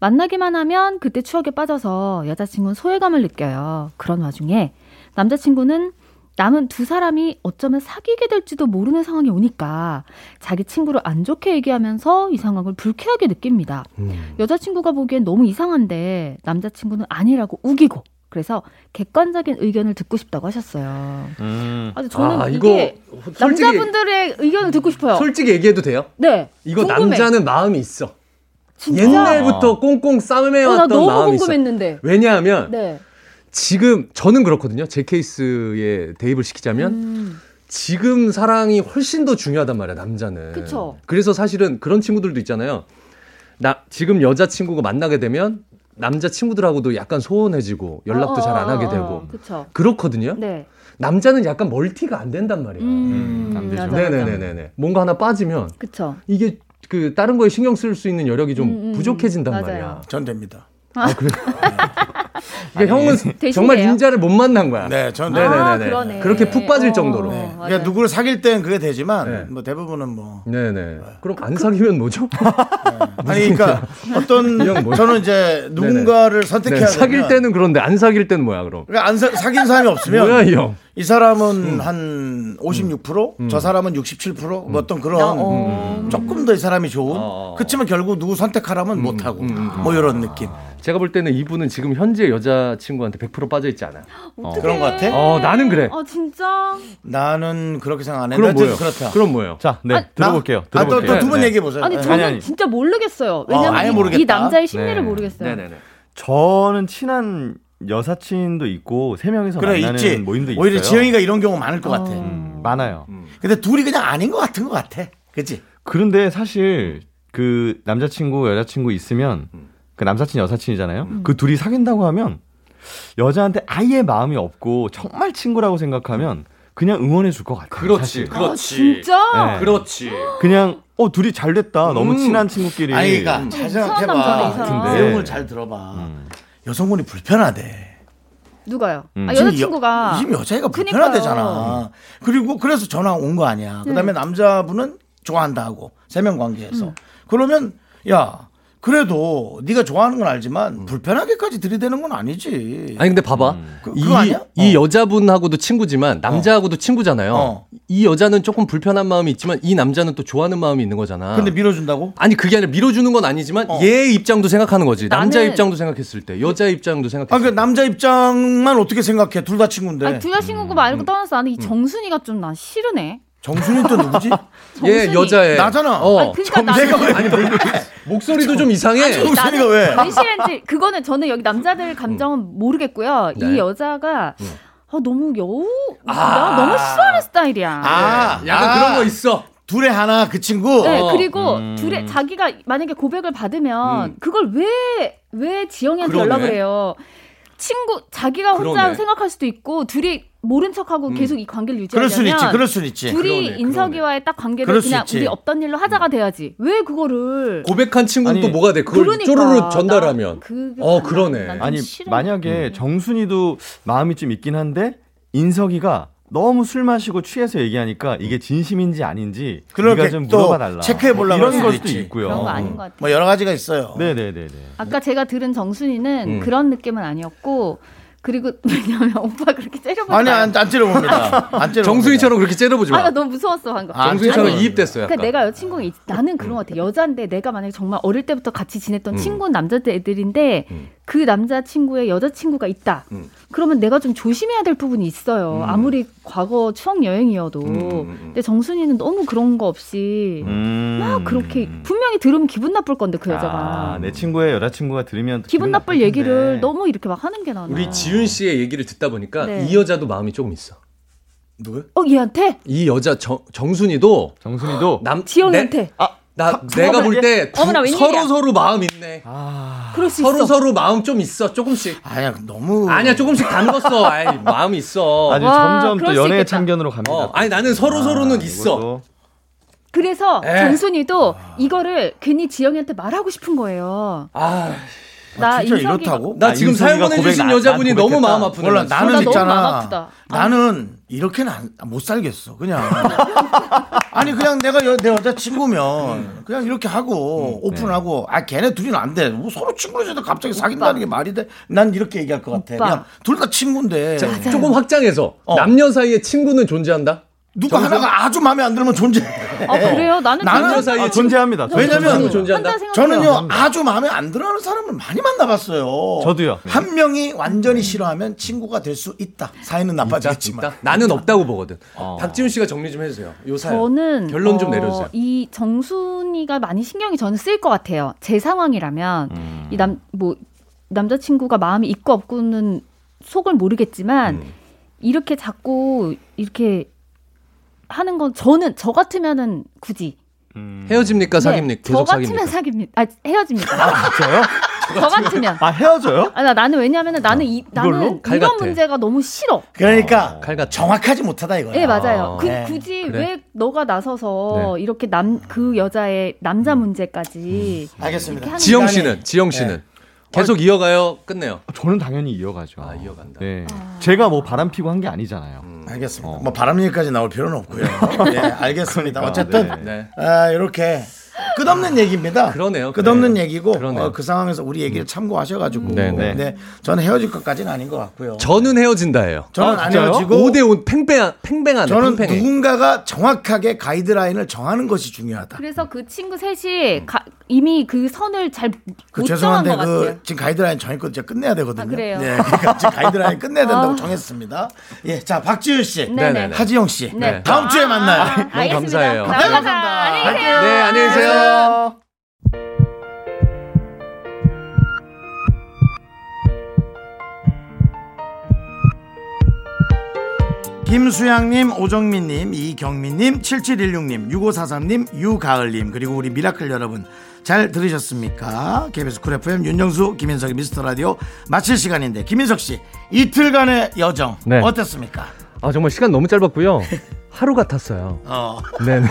만나기만 하면 그때 추억에 빠져서 여자친구는 소외감을 느껴요. 그런 와중에 남자친구는 남은 두 사람이 어쩌면 사귀게 될지도 모르는 상황이 오니까 자기 친구를 안 좋게 얘기하면서 이 상황을 불쾌하게 느낍니다.
음.
여자친구가 보기엔 너무 이상한데 남자친구는 아니라고 우기고 그래서 객관적인 의견을 듣고 싶다고 하셨어요.
음.
아주 저는
아,
이게
이거 솔직히
남자분들의 의견을 듣고 싶어요.
솔직히 얘기해도 돼요?
네.
이거
궁금해.
남자는 마음이 있어.
진짜?
옛날부터 꽁꽁
어, 나
싸매왔던
너무
마음이 있어.
궁금했는데.
왜냐하면
네.
지금 저는 그렇거든요. 제 케이스에 대입을 시키자면
음,
지금 사랑이 훨씬 더 중요하단 말이야 남자는.
그쵸.
래서 사실은 그런 친구들도 있잖아요. 나 지금 여자 친구가 만나게 되면 남자 친구들하고도 약간 소원해지고 연락도
어,
잘
어,
안 하게
어,
되고
그쵸.
그렇거든요.
네.
남자는 약간 멀티가 안 된단 말이야.
음,
안 되죠.
맞아, 맞아.
네네네네. 뭔가 하나 빠지면
그쵸.
이게 그 다른 거에 신경 쓸 수 있는 여력이 좀
음, 음,
부족해진단
맞아요.
말이야.
전 됩니다.
그러니까 형은
되시네요.
[LAUGHS] 정말 인자를 못 만난 거야.
네, 전
네,
됩니다.
네,
아,
네.
그러네.
그렇게 푹 빠질
어,
정도로.
네.
그러니까
맞아요.
누구를 사귈 땐 그게 되지만
네.
뭐 대부분은 뭐
네네. 그럼 안 사귀면
[LAUGHS]
뭐죠?
아니 그러니까 어떤
이형 뭐야?
저는 이제 누군가를
네,
선택해야
사귈
되면
때는 그런데 안 사귈 때는 뭐야 그럼?
그러니까 안 사, 사귄 사람이 없으면
뭐야 이 형?
음.
이 사람은 한 56%, 저 사람은 67%, 뭐
음.
어떤 그런 조금 더 이 사람이 좋은.
어.
그렇지만 결국 누구
음,
선택하라면 못하고 뭐 이런 느낌
제가 볼 때는 이분은 지금 현재 여자친구한테 100% 빠져있지 않아.
그런 것 같아.
어, 나는 그래.
네. 아, 진짜?
나는 그렇게 생각 안 해.
그럼 뭐예요?
그렇다.
그럼 뭐예요?
자, 네 들어볼게요.
아또
들어볼게요.
두 분
네.
얘기해 보세요.
아니,
네.
저는 진짜 모르겠어요. 왜냐면
아예
이-
모르겠다.
이 남자의 심리를
네.
모르겠어요.
저는 친한 여사친도 있고 세 명이서
그래
만나는
있지.
모임도 있어요.
오히려 지영이가 이런 경우 많을
어.
것 같아.
음, 많아요.
근데 둘이 그냥 아닌 것 같은 것 같아. 그치?
그런데 사실 그 남자친구 여자친구 있으면
음.
그 남사친 여사친이잖아요. 그 둘이 사귄다고 하면 여자한테 아예 마음이 없고 정말 친구라고 생각하면 그냥 응원해 줄 것 같아요. 사실.
그렇지.
진짜?
네.
그렇지.
그냥 어 둘이 잘 됐다.
음.
너무 친한 친구끼리. 아,
아니,
음,
그러니까 잘
남자네, 이 사람.
생각해봐.
같은데.
내용을 잘 들어봐. 여성분이 불편하대.
누가요?
음.
아,
지금
여자친구가.
여, 지금 여자애가
그니까요.
불편하대잖아. 그리고 그래서 전화 온 거 아니야. 그다음에 남자분은 좋아한다 하고 세 명 관계에서 그러면 야 그래도 네가 좋아하는 건 알지만 불편하게까지 들이대는 건 아니지.
아니 근데 봐봐.
그-
이,
그거 아니야?
이
어.
여자분하고도 친구지만 남자하고도 친구잖아요.
어.
이 여자는 조금 불편한 마음이 있지만 이 남자는 또 좋아하는 마음이 있는 거잖아.
근데 밀어준다고?
아니 그게 아니라 밀어주는 건 아니지만 얘의 입장도 생각하는 거지. 남자
나는-
입장도 생각했을 때, 여자 입장도
아,
생각했을
그
때.
남자 입장만 어떻게 생각해? 둘 다 친구인데.
아, 아니, 둘 다 친구고 말고 떠나서 나는 이 정순이가 좀 난 싫으네.
정순이 또 누구지?
네.
얘 여자애.
나잖아.
어.
그러니까
내가
나는
왜?
아니 뭐, 목소리도 좀 이상해.
아니,
정순이가 왜?
시인지 그거는 저는 여기 남자들 감정은 모르겠고요.
네.
이 여자가 아, 너무 여우
아.
나 너무 싫어하는 스타일이야.
아,
약간
아,
그런 거 있어.
둘의 하나 그 친구.
네,
어.
그리고 둘의 자기가 만약에 고백을 받으면 그걸 왜 왜 지영이한테
그러네.
연락을 해요? 친구 자기가 혼자
그러네.
생각할 수도 있고 둘이 모른 척하고 계속 이 관계를
그럴
유지하려면
순 있지. 그럴 순 있지.
둘이
예, 그러네,
인석이와의 딱
그럴
관계를
수
그냥
있지.
우리 없던 일로 하자가 돼야지. 왜 그거를
고백한 친구는
아니,
또 뭐가 돼? 그걸
그러니까.
쪼르르
나
전달하면.
그게
어,
난-
그러네.
난-
아니
싫어.
음.
만약에 정순이도 마음이 좀 있긴 한데 인석이가 너무 술 마시고 취해서 얘기하니까 이게 진심인지 아닌지
그렇게
네가 좀
또
물어봐 달라.
체크해 보려고
이런
할
걸 수도
수도 있지.
있고요.
어.
그런 거 아닌 것 같아요.
뭐 여러 가지가 있어요.
네네네네.
아까 제가 들은 정순이는
음.
그런 느낌은 아니었고 그리고 [LAUGHS] 왜냐면 오빠 그렇게 째려보지
아니
않았어요.
안, 안 째려봅니다. 안 째려.
정수희처럼 그렇게 째려보지
아, 나
마.
너무 무서웠어 방금.
아,
정수희처럼
아니,
이입됐어요. 약간.
그러니까 내가 여자친구가 있, 나는
음.
그런 것 같아. 여자인데 내가 만약에 정말 어릴 때부터 같이 지냈던 친구는 남자애들인데 그 남자친구의 여자친구가 있다.
음.
그러면 내가 좀 조심해야 될 부분이 있어요. 아무리 과거 추억 여행이어도. 근데 정순이는 너무 그런 거 없이
음.
막 아, 그렇게 분명히 들으면 기분 나쁠 건데 그 여자가.
아, 내 친구의 여자친구가 들으면 네. 또
기분 나쁠
나쁠
얘기를
텐데.
너무 이렇게 막 하는 게 나는.
우리 지윤 씨의 얘기를 듣다 보니까
음. 네.
이 여자도 마음이 조금 있어.
누구야?
어 얘한테
이 여자 정, 정순이도
정순이도
남
지영이한테
내, 아, 나 내가 볼 때
어머나, 웬일이야.
서로 서로 마음 있네.
그럴 수
서로
있어.
서로 마음 좀 있어. 조금씩.
아니야 너무.
아니야 조금씩
[LAUGHS]
담궜어. 아이, 마음이 있어.
아주
와,
점점 또
그럴 수
연애 의
있겠다.
참견으로 갑니다.
어, 아니 나는 서로 서로는
아,
있어.
이것도.
그래서
에.
정순이도 이거를 괜히 지영이한테 말하고 싶은 거예요.
아,
나
진짜
인석이가-
이렇다고?
나
아,
지금
윤성이가
사연 보내주신
고백 나-
여자분이
난
너무
고백했다.
마음 아프네.
몰라
나
나는
나 너무 마음
있잖아.
아프다.
나는 이렇게는 안, 못 살겠어. 그냥. [LAUGHS] 아니 그냥 내가 여, 내 여자
음.
친구면 그냥 이렇게
네.
하고 오픈하고 아 걔네 둘이는 안 돼. 뭐 서로 친구로서도 갑자기 사귄다는 게 말이 돼? 난 이렇게 얘기할 것 같아.
오빠.
그냥 둘 다 친구인데
자, 조금 확장해서
어.
남녀 사이에 친구는 존재한다.
누가 하나가 아주 마음에 안 들면 존재해.
아 그래요?
나는
나는
남녀
진짜
사이에
아,
친구-
존재합니다. 저도
왜냐면-
친구
존재합니다.
존재한다.
한다 생각-
저는요 아주 마음에 안 들어하는 사람을 많이 만나봤어요.
저도요.
한 명이 완전히 싫어하면 친구가 될 수 있다. 사이는 나빠지겠지만.
있다? 아, 나는 없다고 보거든.
어.
박지훈 씨가 정리 좀 해주세요. 요 사연.
저는
네.
어,
결론 좀 내려주세요.
이 정순이가 많이 신경이 저는 쓰일 것 같아요. 제 상황이라면
음.
이 남 뭐 남자친구가 마음이 있고 없고는 속을 모르겠지만
음.
이렇게 자꾸 이렇게 하는 건 저는 저 같으면은 굳이
음. 헤어집니까 사깁니까?
네, 저
계속
같으면
사깁니까?
사깁니다. 아 헤어집니다.
아, 진짜요?
저 같으면
아 헤어져요?
아, 나, 나는 왜냐면은 나는 이 나는
어. 칼
이런
같아.
문제가 너무 싫어.
그러니까
칼 같아.
정확하지 못하다 이거야.
예, 맞아요. 그,
네.
굳이
그래.
왜 너가 나서서 이렇게 남 그 여자의 남자 문제까지
알겠습니다.
이렇게 하는
아, 지영
인간이-
씨는 지영 씨는 계속 네. 어, 이어가요. 끝내요.
저는 당연히 이어가죠.
아, 이어간다. 음.
네. 제가 뭐 바람 피고 한 게 아니잖아요.
알겠습니다.
어.
뭐 바람 얘기까지 나올 필요는 없고요.
[LAUGHS]
예, 알겠습니다. 어쨌든
네.
네.
아, 이렇게 끝없는 얘기입니다.
그러네요.
끝없는
네.
얘기고
그러네요. 음.
어, 그 상황에서 우리 얘기를 참고하셔가지고.
네, 네.
네, 저는 헤어질 것까지는 아닌 것 같고요.
저는 헤어진다예요.
저는
아,
안
진짜요?
헤어지고
5대5 팽팽한 팽팽한
저는
네, 팽팽해.
누군가가 정확하게 가이드라인을 정하는 것이 중요하다.
그래서 그 친구 셋이 가- 이미 그 선을 잘 못
그
정한
죄송한데
것
그
같아요.
지금 가이드라인 정했거든요. 제가 끝내야 되거든요.
아, 그래요? 아.
네, 그러니까 지금 가이드라인 끝내야
[LAUGHS]
된다고 정했습니다. 예, 자 박지윤 씨,
네네.
네네네.
하지영 씨,
네.
다음 주에 만나요.
알겠습니다.
감사해요.
감사합니다.
네,
감사합니다. [LAUGHS]
안녕히 계세요.
네, 안녕히 계세요.
김수양님, 오정민님, 이경민님, 7716님, 6543님, 유가을님, 그리고 우리 미라클 여러분, 잘 들으셨습니까? KBS 쿨 FM 윤정수, 김인석의 미스터 라디오 마칠 시간인데, 김인석 씨, 이틀간의 여정,
네.
어땠습니까?
아 정말 시간 너무 짧았고요. [LAUGHS] 하루 같았어요.
어,
[LAUGHS] 네.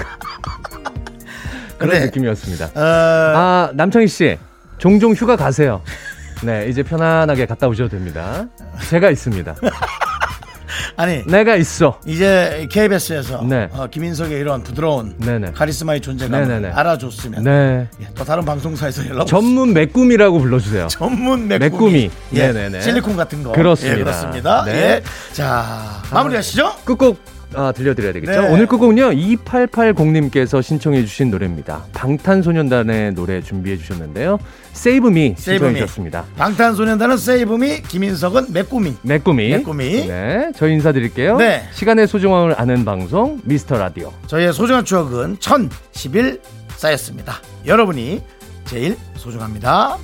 그런
그래.
느낌이었습니다.
어,
아 남창희 씨 종종 휴가 가세요. 네 이제 편안하게 갔다 오셔도 됩니다. 제가 있습니다.
아니,
내가 있어.
이제 KBS에서 어,
네.
김인석의 이런 부드러운
네네.
카리스마의 존재감을
네네네.
알아줬으면,
네
예, 또 다른 방송사에서 연락
전문 매꿈이라고 불러주세요.
전문 메꾸미.
메꾸미.
예,
네네네.
실리콘 같은 거.
그렇습니다.
예, 그렇습니다.
네.
예. 자, 마무리하시죠.
끝곡 아, 들려드려야 되겠죠?
네.
오늘 끝곡은요, 2880님께서 신청해주신 노래입니다. 방탄소년단의 노래 준비해주셨는데요. Save
Save
Me
Me.
신청해주셨습니다.
방탄소년단은 세이브미, 김인석은 메꾸미.
메꾸미.
메꾸미.
네, 저희 인사드릴게요.
네.
시간의 소중함을 아는 방송, 미스터 라디오.
저희의 소중한 추억은 1011 쌓였습니다. 여러분이 제일 소중합니다.